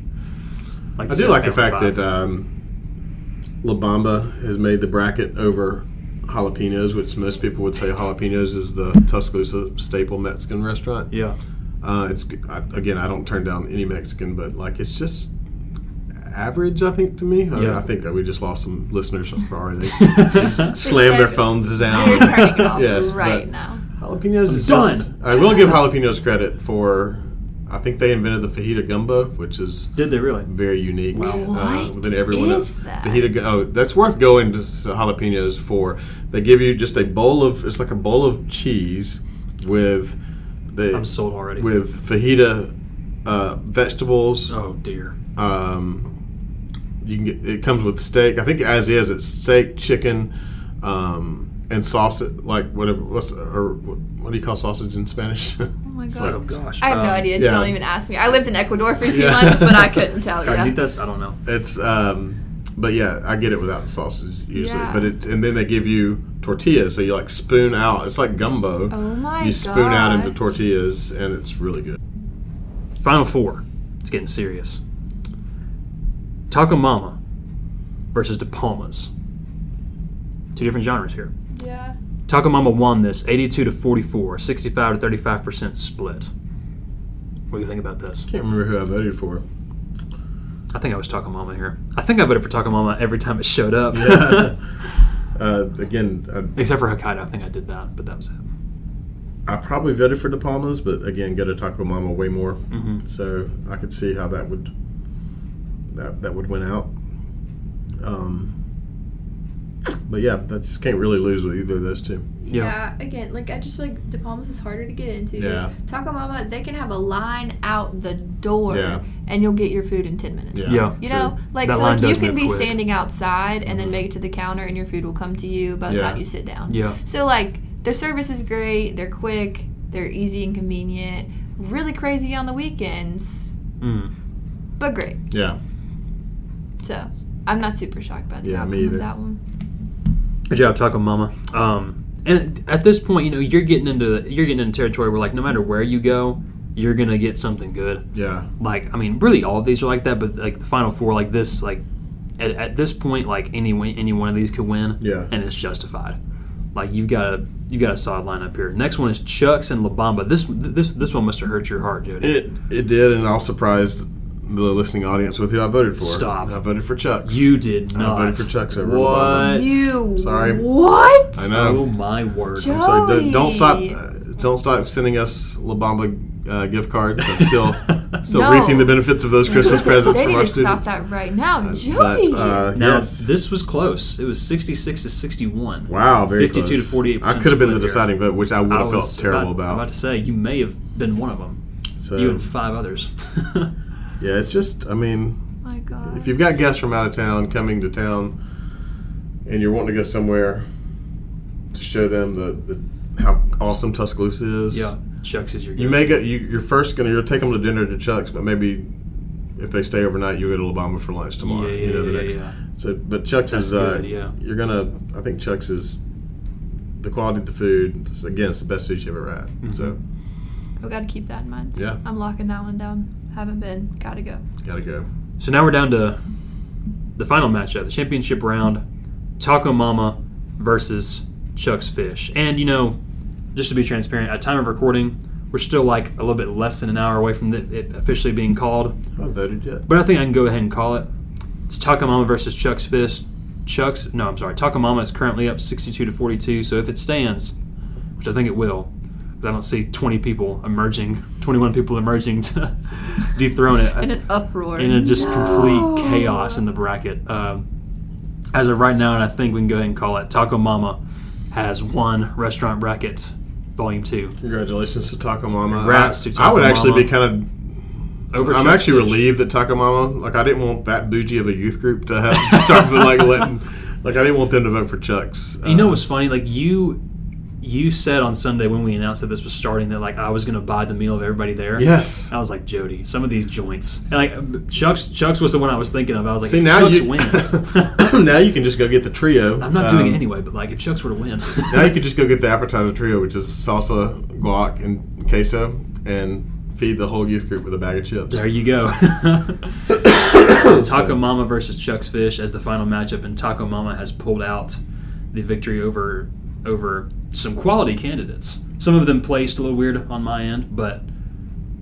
Speaker 1: Like
Speaker 2: I
Speaker 1: you
Speaker 2: do
Speaker 1: said,
Speaker 2: like the
Speaker 1: family
Speaker 2: fact
Speaker 1: vibe.
Speaker 2: that um, La Bamba has made the bracket over jalapenos, which most people would say jalapenos is the Tuscaloosa staple Mexican restaurant.
Speaker 1: yeah,
Speaker 2: Uh, it's g- I, again, I don't turn down any Mexican, but like it's just average. I think to me, I,
Speaker 1: Yeah.
Speaker 2: I think that we just lost some listeners. I'm sorry,
Speaker 3: <laughs>
Speaker 2: they slammed their
Speaker 3: said-
Speaker 2: phones
Speaker 3: You're
Speaker 2: down. <laughs>
Speaker 3: turning it off
Speaker 2: Yes,
Speaker 3: right
Speaker 2: but-
Speaker 3: now.
Speaker 2: Jalapenos is
Speaker 1: done.
Speaker 2: just- I will give jalapenos credit for. I think they invented the fajita gumbo, which is
Speaker 1: did they really?
Speaker 2: very unique uh,
Speaker 3: What
Speaker 2: than everyone
Speaker 3: is
Speaker 2: else.
Speaker 3: that?
Speaker 2: Fajita, gu- oh, that's worth going to s- jalapenos for. They give you just a bowl of it's like a bowl of cheese with the
Speaker 1: I'm sold already.
Speaker 2: with fajita uh, vegetables.
Speaker 1: oh dear,
Speaker 2: Um, You can get it comes with steak. I think as is it's steak, chicken, um, and sausage. Like whatever. What's or what do you call sausage in Spanish? <laughs>
Speaker 3: Oh my
Speaker 2: It's
Speaker 3: god.
Speaker 2: like- um,
Speaker 1: gosh.
Speaker 3: I have no idea.
Speaker 2: yeah.
Speaker 3: Don't even ask me. I lived in Ecuador for a few
Speaker 2: Yeah. <laughs>
Speaker 3: months, but I couldn't tell you.
Speaker 1: Carnitas? I don't know.
Speaker 2: It's um, but yeah, I get it without the sausage usually.
Speaker 3: Yeah.
Speaker 2: But it and then they give you tortillas, so you like spoon out. It's like gumbo.
Speaker 3: Oh my
Speaker 2: You spoon out into
Speaker 3: God.
Speaker 2: tortillas, and it's really good.
Speaker 1: Final four. It's getting serious. Taco Mama versus De Palmas. Two different genres here.
Speaker 3: Yeah.
Speaker 1: Taco Mama won this 82 to 44, 65 to 35% split. What do you think about this?
Speaker 2: Can't remember who I voted for.
Speaker 1: I think I was Taco Mama here. I think I voted for Taco Mama every time it showed up.
Speaker 2: Uh, again, I,
Speaker 1: <laughs> Except for Hokkaido. I think I did that, but that was it.
Speaker 2: I probably voted for De Palmas, but again, go to Taco Mama way more. So I could see how that would that that would win out. Um, but yeah, I just can't really lose with either of those two.
Speaker 1: Yeah.
Speaker 3: Yeah. again, like I just feel like De Palmas is harder to get into.
Speaker 2: Yeah.
Speaker 3: Taco Mama, they can have a line out the door,
Speaker 2: Yeah.
Speaker 3: and you'll get your food in ten minutes.
Speaker 2: Yeah.
Speaker 1: Yeah.
Speaker 3: You know, like
Speaker 1: That
Speaker 3: so,
Speaker 1: line
Speaker 3: like you
Speaker 1: does
Speaker 3: can
Speaker 1: move
Speaker 3: be
Speaker 1: quick.
Speaker 3: standing outside and then make it to the counter, and your food will come to you by the
Speaker 2: Yeah.
Speaker 3: time you sit down.
Speaker 1: Yeah.
Speaker 3: So like their service is great. They're quick. They're easy and convenient. Really crazy on the weekends,
Speaker 1: Mm.
Speaker 3: but great.
Speaker 2: Yeah,
Speaker 3: So I'm not super shocked by the
Speaker 2: Yeah,
Speaker 3: outcome
Speaker 2: me
Speaker 3: of
Speaker 2: either.
Speaker 3: that one.
Speaker 1: Good job, Taco Mama. Um, and at this point, you know you're getting into you're getting into territory where like no matter where you go, you're gonna get something good.
Speaker 2: yeah,
Speaker 1: Like I mean, really all of these are like that, but like the final four, like this, like at, at this point, like any one- any one of these could win.
Speaker 2: Yeah.
Speaker 1: and it's justified. Like you've got a you've got a solid lineup here. Next one is Chucks and La Bamba. This this this one must have hurt your heart, Jody.
Speaker 2: It it did, and I was surprised the listening audience with who I voted for.
Speaker 1: Stop.
Speaker 2: I voted for Chucks.
Speaker 1: you did not.
Speaker 2: voted for Chucks over La
Speaker 1: What?
Speaker 2: Bamba.
Speaker 3: You
Speaker 2: Sorry.
Speaker 3: What?
Speaker 2: I
Speaker 1: Oh
Speaker 2: know.
Speaker 1: my word!
Speaker 3: Jody.
Speaker 2: So don't, don't stop. uh, Don't stop sending us La Bamba uh, gift cards. I'm
Speaker 3: <laughs>
Speaker 2: still still
Speaker 3: No.
Speaker 2: reaping the benefits of those Christmas presents
Speaker 3: they
Speaker 2: from
Speaker 3: need
Speaker 2: our
Speaker 3: to stop
Speaker 2: students.
Speaker 3: that right now, Jody.
Speaker 2: But uh,
Speaker 1: Now
Speaker 2: yes.
Speaker 1: this was close. It was sixty-six to sixty-one.
Speaker 2: Wow, very
Speaker 1: 52 to
Speaker 2: close.
Speaker 1: 48%
Speaker 2: I could have been
Speaker 1: split
Speaker 2: the
Speaker 1: here.
Speaker 2: deciding vote, which I would
Speaker 1: I
Speaker 2: have felt
Speaker 1: was about,
Speaker 2: terrible about.
Speaker 1: about to say you may have been one of them.
Speaker 2: so
Speaker 1: You and five others. <laughs>
Speaker 2: yeah, it's just. I mean,
Speaker 3: my God.
Speaker 2: If you've got guests from out of town coming to town, and you're wanting to go somewhere to show them the, the how awesome Tuscaloosa is,
Speaker 1: yeah, Chucks is your.
Speaker 2: you
Speaker 1: go.
Speaker 2: may get you, you're first gonna you'll take them to dinner to Chuck's, but maybe if they stay overnight, you'll go to Obama for lunch tomorrow.
Speaker 1: Yeah,
Speaker 2: you know
Speaker 1: yeah,
Speaker 2: the
Speaker 1: yeah,
Speaker 2: next.
Speaker 1: yeah.
Speaker 2: So, but Chuck's
Speaker 1: That's
Speaker 2: is uh,
Speaker 1: good, yeah.
Speaker 2: you're gonna. I think Chuck's is the quality of the food. it's- Again, it's the best sushi you've ever had.
Speaker 1: Mm-hmm.
Speaker 2: So
Speaker 3: we got to keep that in mind.
Speaker 2: yeah,
Speaker 3: I'm locking that one down. Haven't been. Gotta go.
Speaker 2: gotta go.
Speaker 1: So now we're down to the final matchup, the championship round, Taco Mama versus Chuck's Fish. And you know, just to be transparent, at time of recording, we're still like a little bit less than an hour away from the, it officially being called.
Speaker 2: I haven't voted yet.
Speaker 1: But I think I can go ahead and call it. It's Takamama versus Chuck's Fist. Chuck's, no, I'm sorry. Takamama is currently up 62 to 42. So if it stands, which I think it will, because I don't see 20 people emerging, 21 people emerging to <laughs> dethrone it
Speaker 3: In an uproar.
Speaker 1: in a just complete chaos in the bracket. Um, as of right now, and I think we can go ahead and call it. Taco Mama has one restaurant bracket, volume two.
Speaker 2: Congratulations to Taco Mama.
Speaker 1: Congrats
Speaker 2: I,
Speaker 1: to
Speaker 2: I would
Speaker 1: Taco
Speaker 2: actually
Speaker 1: Mama.
Speaker 2: be kind of
Speaker 1: Over.
Speaker 2: I'm
Speaker 1: Chuck's
Speaker 2: actually
Speaker 1: Fish.
Speaker 2: relieved that Taco Mama. Like I didn't want that bougie of a youth group to have to start with like letting. Like I didn't want them to vote for Chucks.
Speaker 1: You know
Speaker 2: Uh,
Speaker 1: what's funny? Like you, you said on Sunday when we announced that this was starting that like I was gonna buy the meal of everybody there.
Speaker 2: Uh, yes.
Speaker 1: I was like Jody. Some of these joints, and like Chuck's. Chuck's was the one I was thinking of. I was like,
Speaker 2: See
Speaker 1: if
Speaker 2: now
Speaker 1: Chuck's
Speaker 2: you <laughs>
Speaker 1: wins.
Speaker 2: <coughs> now you can just go get the trio.
Speaker 1: I'm not doing
Speaker 2: Um,
Speaker 1: it anyway, but like if Chuck's were to win,
Speaker 2: Now you could just go get the appetizer trio, which is salsa, guac, and queso, and feed the whole youth group with a bag of chips.
Speaker 1: there you
Speaker 2: <coughs>
Speaker 1: go. Taco Mama versus Chuck's Fish as the final matchup, and Taco Mama has pulled out the victory over over some quality candidates. Some of them placed a little weird on my end, but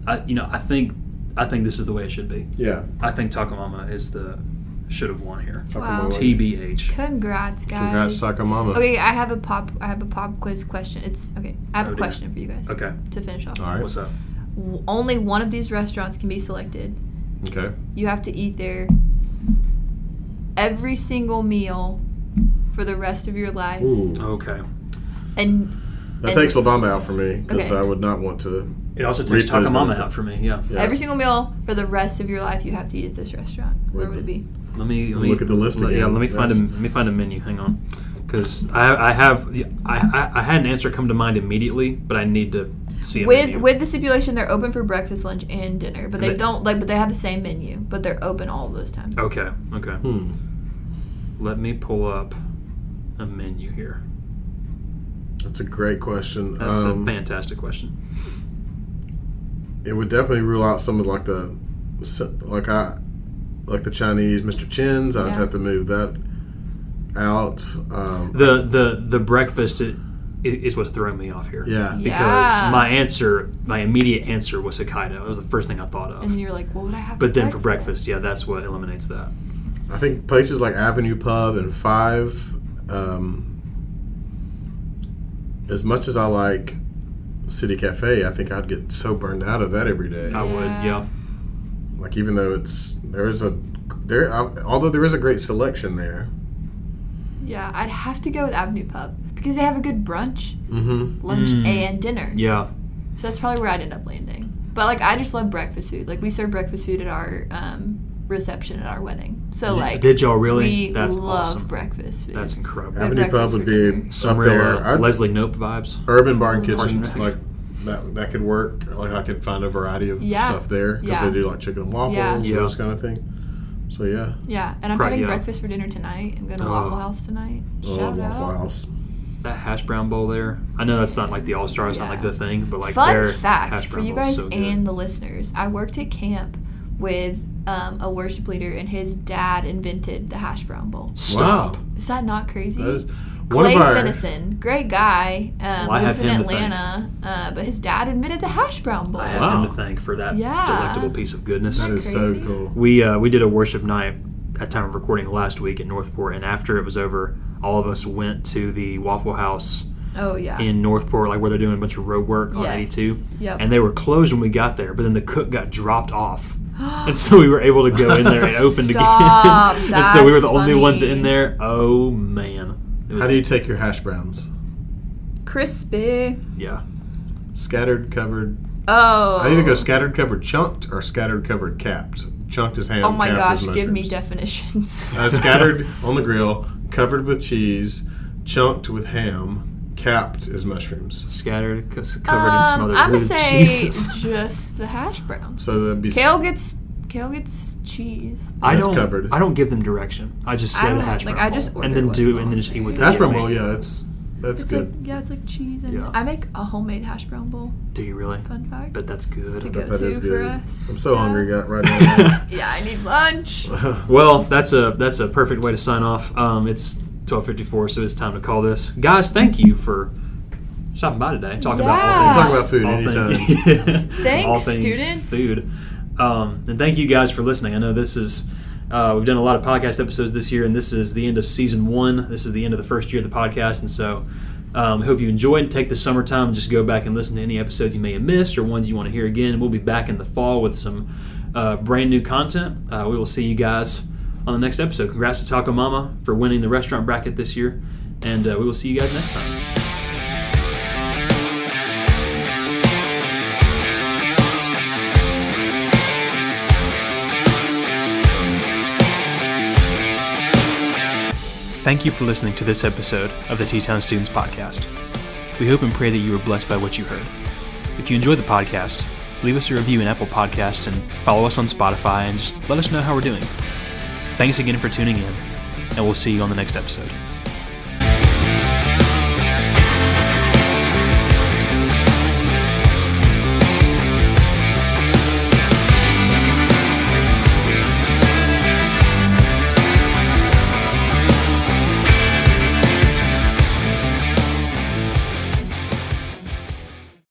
Speaker 1: I you know I think I think this is the way it should be.
Speaker 2: Yeah.
Speaker 1: I think Taco Mama is the should have won here.
Speaker 2: Taco
Speaker 3: Wow.
Speaker 2: Mama.
Speaker 1: TBH.
Speaker 3: Congrats, guys.
Speaker 2: Congrats, Taco Mama.
Speaker 3: Okay, I have a pop. I have a pop quiz question. It's okay. I have
Speaker 1: Oh,
Speaker 3: a
Speaker 1: dear.
Speaker 3: question for you guys
Speaker 1: Okay,
Speaker 3: to finish off.
Speaker 2: All right.
Speaker 1: what's up?
Speaker 3: W- Only one of these restaurants can be selected.
Speaker 2: Okay.
Speaker 3: You have to eat there every single meal for the rest of your life,
Speaker 2: Ooh.
Speaker 1: Okay.
Speaker 3: and
Speaker 2: That
Speaker 3: And-
Speaker 2: takes La Bamba out for me because
Speaker 3: Okay.
Speaker 2: I would not want to.
Speaker 1: It also takes
Speaker 2: Read
Speaker 1: Taco
Speaker 2: those
Speaker 1: Mama
Speaker 2: words.
Speaker 1: out for me. Yeah.
Speaker 2: Yeah.
Speaker 3: every single meal for the rest of your life you have to eat at this restaurant. Where
Speaker 2: Would
Speaker 3: would it be?
Speaker 1: Let me let me
Speaker 2: Look at the list
Speaker 1: let- Yeah,
Speaker 2: again.
Speaker 1: let me find a
Speaker 2: That's-
Speaker 1: let me find a menu. Hang on, because I I have I, I I had an answer come to mind immediately, but I need to see a
Speaker 3: With
Speaker 1: menu.
Speaker 3: with the stipulation they're open for breakfast, lunch, and dinner, but they
Speaker 1: But-
Speaker 3: don't like but they have the same menu, but they're open all those times.
Speaker 1: okay okay.
Speaker 2: Hmm.
Speaker 1: Let me pull up a menu here.
Speaker 2: That's a great question.
Speaker 1: That's
Speaker 2: Um,
Speaker 1: a fantastic question.
Speaker 2: it would definitely rule out some of like the like I like the Chinese Mr. Chin's. I'd
Speaker 3: Yeah.
Speaker 2: have to move that out. Um,
Speaker 1: The the the breakfast i- i- is what's throwing me off here.
Speaker 2: yeah,
Speaker 3: Yeah.
Speaker 1: Because my answer, my immediate answer was Hokkaido. That was the first thing I thought of.
Speaker 3: And you're like, what would I have?
Speaker 1: Oh. But then for breakfast, yeah, that's what eliminates that.
Speaker 2: I think places like Avenue Pub and Five. Um, as much as I like City Cafe, I think I'd get so burned out of that every day.
Speaker 1: I would,
Speaker 3: Yeah.
Speaker 1: yeah.
Speaker 2: Like even though it's there is a there, I, although there is a great selection there.
Speaker 3: Yeah, I'd have to go with Avenue Pub because they have a good brunch,
Speaker 2: Mm-hmm.
Speaker 3: lunch,
Speaker 1: Mm.
Speaker 3: and dinner.
Speaker 1: Yeah.
Speaker 3: So that's probably where I'd end up landing. But like, I just love breakfast food. Like, we serve breakfast food at our um, reception at our wedding. So
Speaker 1: Yeah,
Speaker 3: like,
Speaker 1: Did y'all really?
Speaker 3: we
Speaker 1: that's
Speaker 3: love
Speaker 1: awesome.
Speaker 3: breakfast food.
Speaker 1: That's incredible.
Speaker 3: Yeah.
Speaker 2: Avenue Pub
Speaker 3: breakfast
Speaker 2: would
Speaker 3: for
Speaker 2: be
Speaker 3: dinner.
Speaker 1: Some
Speaker 2: up
Speaker 1: real
Speaker 2: there.
Speaker 1: uh,
Speaker 2: I'd-
Speaker 1: Leslie Nope vibes.
Speaker 2: Urban Bar and
Speaker 1: Parking
Speaker 2: Kitchen,
Speaker 1: Rack.
Speaker 2: like that, that could work. Like I could find a variety of
Speaker 3: Yeah.
Speaker 2: stuff there because
Speaker 3: Yeah.
Speaker 2: they do like chicken and waffles,
Speaker 3: Yeah.
Speaker 1: Yeah.
Speaker 2: those kind of thing. So yeah,
Speaker 3: yeah, and I'm
Speaker 1: Pri-
Speaker 3: having
Speaker 1: yeah.
Speaker 3: breakfast for dinner tonight. I'm going to
Speaker 1: Oh.
Speaker 3: Waffle House tonight.
Speaker 2: I
Speaker 3: Shout
Speaker 2: love
Speaker 3: out.
Speaker 2: Waffle House.
Speaker 1: That hash brown bowl there. I know that's not like the all star. It's not
Speaker 3: Yeah.
Speaker 1: like the thing, but like their
Speaker 3: Fun fact
Speaker 1: hash
Speaker 3: for
Speaker 1: brown
Speaker 3: you
Speaker 1: bowl is
Speaker 3: guys
Speaker 1: so good.
Speaker 3: and the listeners, I worked at camp with um, a worship leader, and his dad invented the hash brown bowl.
Speaker 1: Stop.
Speaker 2: Wow,
Speaker 3: Is that not crazy?
Speaker 2: that is one
Speaker 3: Clay
Speaker 2: of our.
Speaker 3: Finnison, great guy, um,
Speaker 1: Well, I
Speaker 3: lives
Speaker 1: have
Speaker 3: in
Speaker 1: him to thank.
Speaker 3: Atlanta, uh, but his dad admitted the hash brown bowl.
Speaker 1: I have him
Speaker 2: Wow.
Speaker 1: to thank for that
Speaker 3: Yeah.
Speaker 1: delectable piece of goodness.
Speaker 2: That
Speaker 3: Isn't that
Speaker 2: is
Speaker 3: crazy?
Speaker 2: so cool.
Speaker 1: We uh, we did a worship night at time of recording last week in Northport, and after it was over, all of us went to the Waffle House
Speaker 3: Oh yeah.
Speaker 1: in Northport, like where they're doing a bunch of road work on
Speaker 3: Yes.
Speaker 1: 82.
Speaker 3: Yep.
Speaker 1: And they were closed when we got there, but then the cook got dropped off. <gasps> and so we were able to go in there and opened
Speaker 3: Stop,
Speaker 1: again. <laughs> and so we were the
Speaker 3: that's
Speaker 1: only ones
Speaker 3: funny.
Speaker 1: in there. Oh, man. It was,
Speaker 2: How do you take your hash browns?
Speaker 3: Crispy.
Speaker 1: yeah.
Speaker 2: Scattered, covered.
Speaker 3: Oh.
Speaker 2: I either go scattered, covered, chunked, or scattered, covered, capped. Chunked is ham.
Speaker 3: oh my
Speaker 2: capped
Speaker 3: gosh,
Speaker 2: is
Speaker 3: give me
Speaker 2: mushrooms. <laughs>
Speaker 3: definitions.
Speaker 2: uh, scattered
Speaker 3: <laughs>
Speaker 2: on the grill, covered with cheese, chunked with ham, capped is mushrooms.
Speaker 1: Scattered, c- covered, and
Speaker 3: Um,
Speaker 1: smothered.
Speaker 3: I'm gonna
Speaker 1: with
Speaker 3: say
Speaker 1: Jesus.
Speaker 2: <laughs>
Speaker 3: just the hash browns.
Speaker 2: So that'd be s-
Speaker 3: Kale gets Kale gets cheese.
Speaker 1: I
Speaker 2: That's
Speaker 1: don't.
Speaker 2: covered.
Speaker 1: I don't give them direction. I just
Speaker 3: I
Speaker 1: say the
Speaker 3: don't-
Speaker 1: hash
Speaker 3: like,
Speaker 1: brown
Speaker 3: I just
Speaker 1: bowl,
Speaker 3: order
Speaker 1: and then
Speaker 3: what's
Speaker 1: do,
Speaker 3: on
Speaker 1: and then just eat with
Speaker 3: there.
Speaker 2: hash
Speaker 1: that.
Speaker 2: brown bowl. Yeah, that's that's
Speaker 3: It's
Speaker 2: good.
Speaker 3: like yeah, it's like cheese and
Speaker 1: Yeah.
Speaker 3: I make a homemade hash brown bowl.
Speaker 1: Do you really?
Speaker 3: Fun fact.
Speaker 1: But that's good.
Speaker 3: it's a
Speaker 2: that
Speaker 3: go-to
Speaker 2: is
Speaker 3: for
Speaker 2: good.
Speaker 3: us.
Speaker 2: I'm so
Speaker 3: Yeah. <laughs>
Speaker 2: hungry got
Speaker 1: <laughs>
Speaker 2: right now.
Speaker 3: Yeah, I need lunch.
Speaker 2: <laughs>
Speaker 1: Well, that's a that's a perfect way to sign off. Um, it's twelve fifty four, so it's time to call this, guys. Thank you for stopping by today, talking
Speaker 3: Yeah.
Speaker 1: about all things,
Speaker 2: Talk about food
Speaker 1: all <laughs>
Speaker 2: anytime.
Speaker 1: Things,
Speaker 3: Thanks,
Speaker 1: all things
Speaker 3: students.
Speaker 1: Food, um, and thank you guys for listening. I know this is. Uh, we've done a lot of podcast episodes this year, and this is the end of season one. This is the end of the first year of the podcast, and so um, hope you enjoyed. Take the summertime, and just go back and listen to any episodes you may have missed or ones you want to hear again. We'll be back in the fall with some uh, brand new content. Uh, we will see you guys on the next episode. Congrats to Taco Mama for winning the restaurant bracket this year, and uh, we will see you guys next time. Thank you for listening to this episode of the T Town Students Podcast. We hope and pray that you were blessed by what you heard. If you enjoyed the podcast, leave us a review in Apple Podcasts and follow us on Spotify and just let us know how we're doing. Thanks again for tuning in, and we'll see you on the next episode.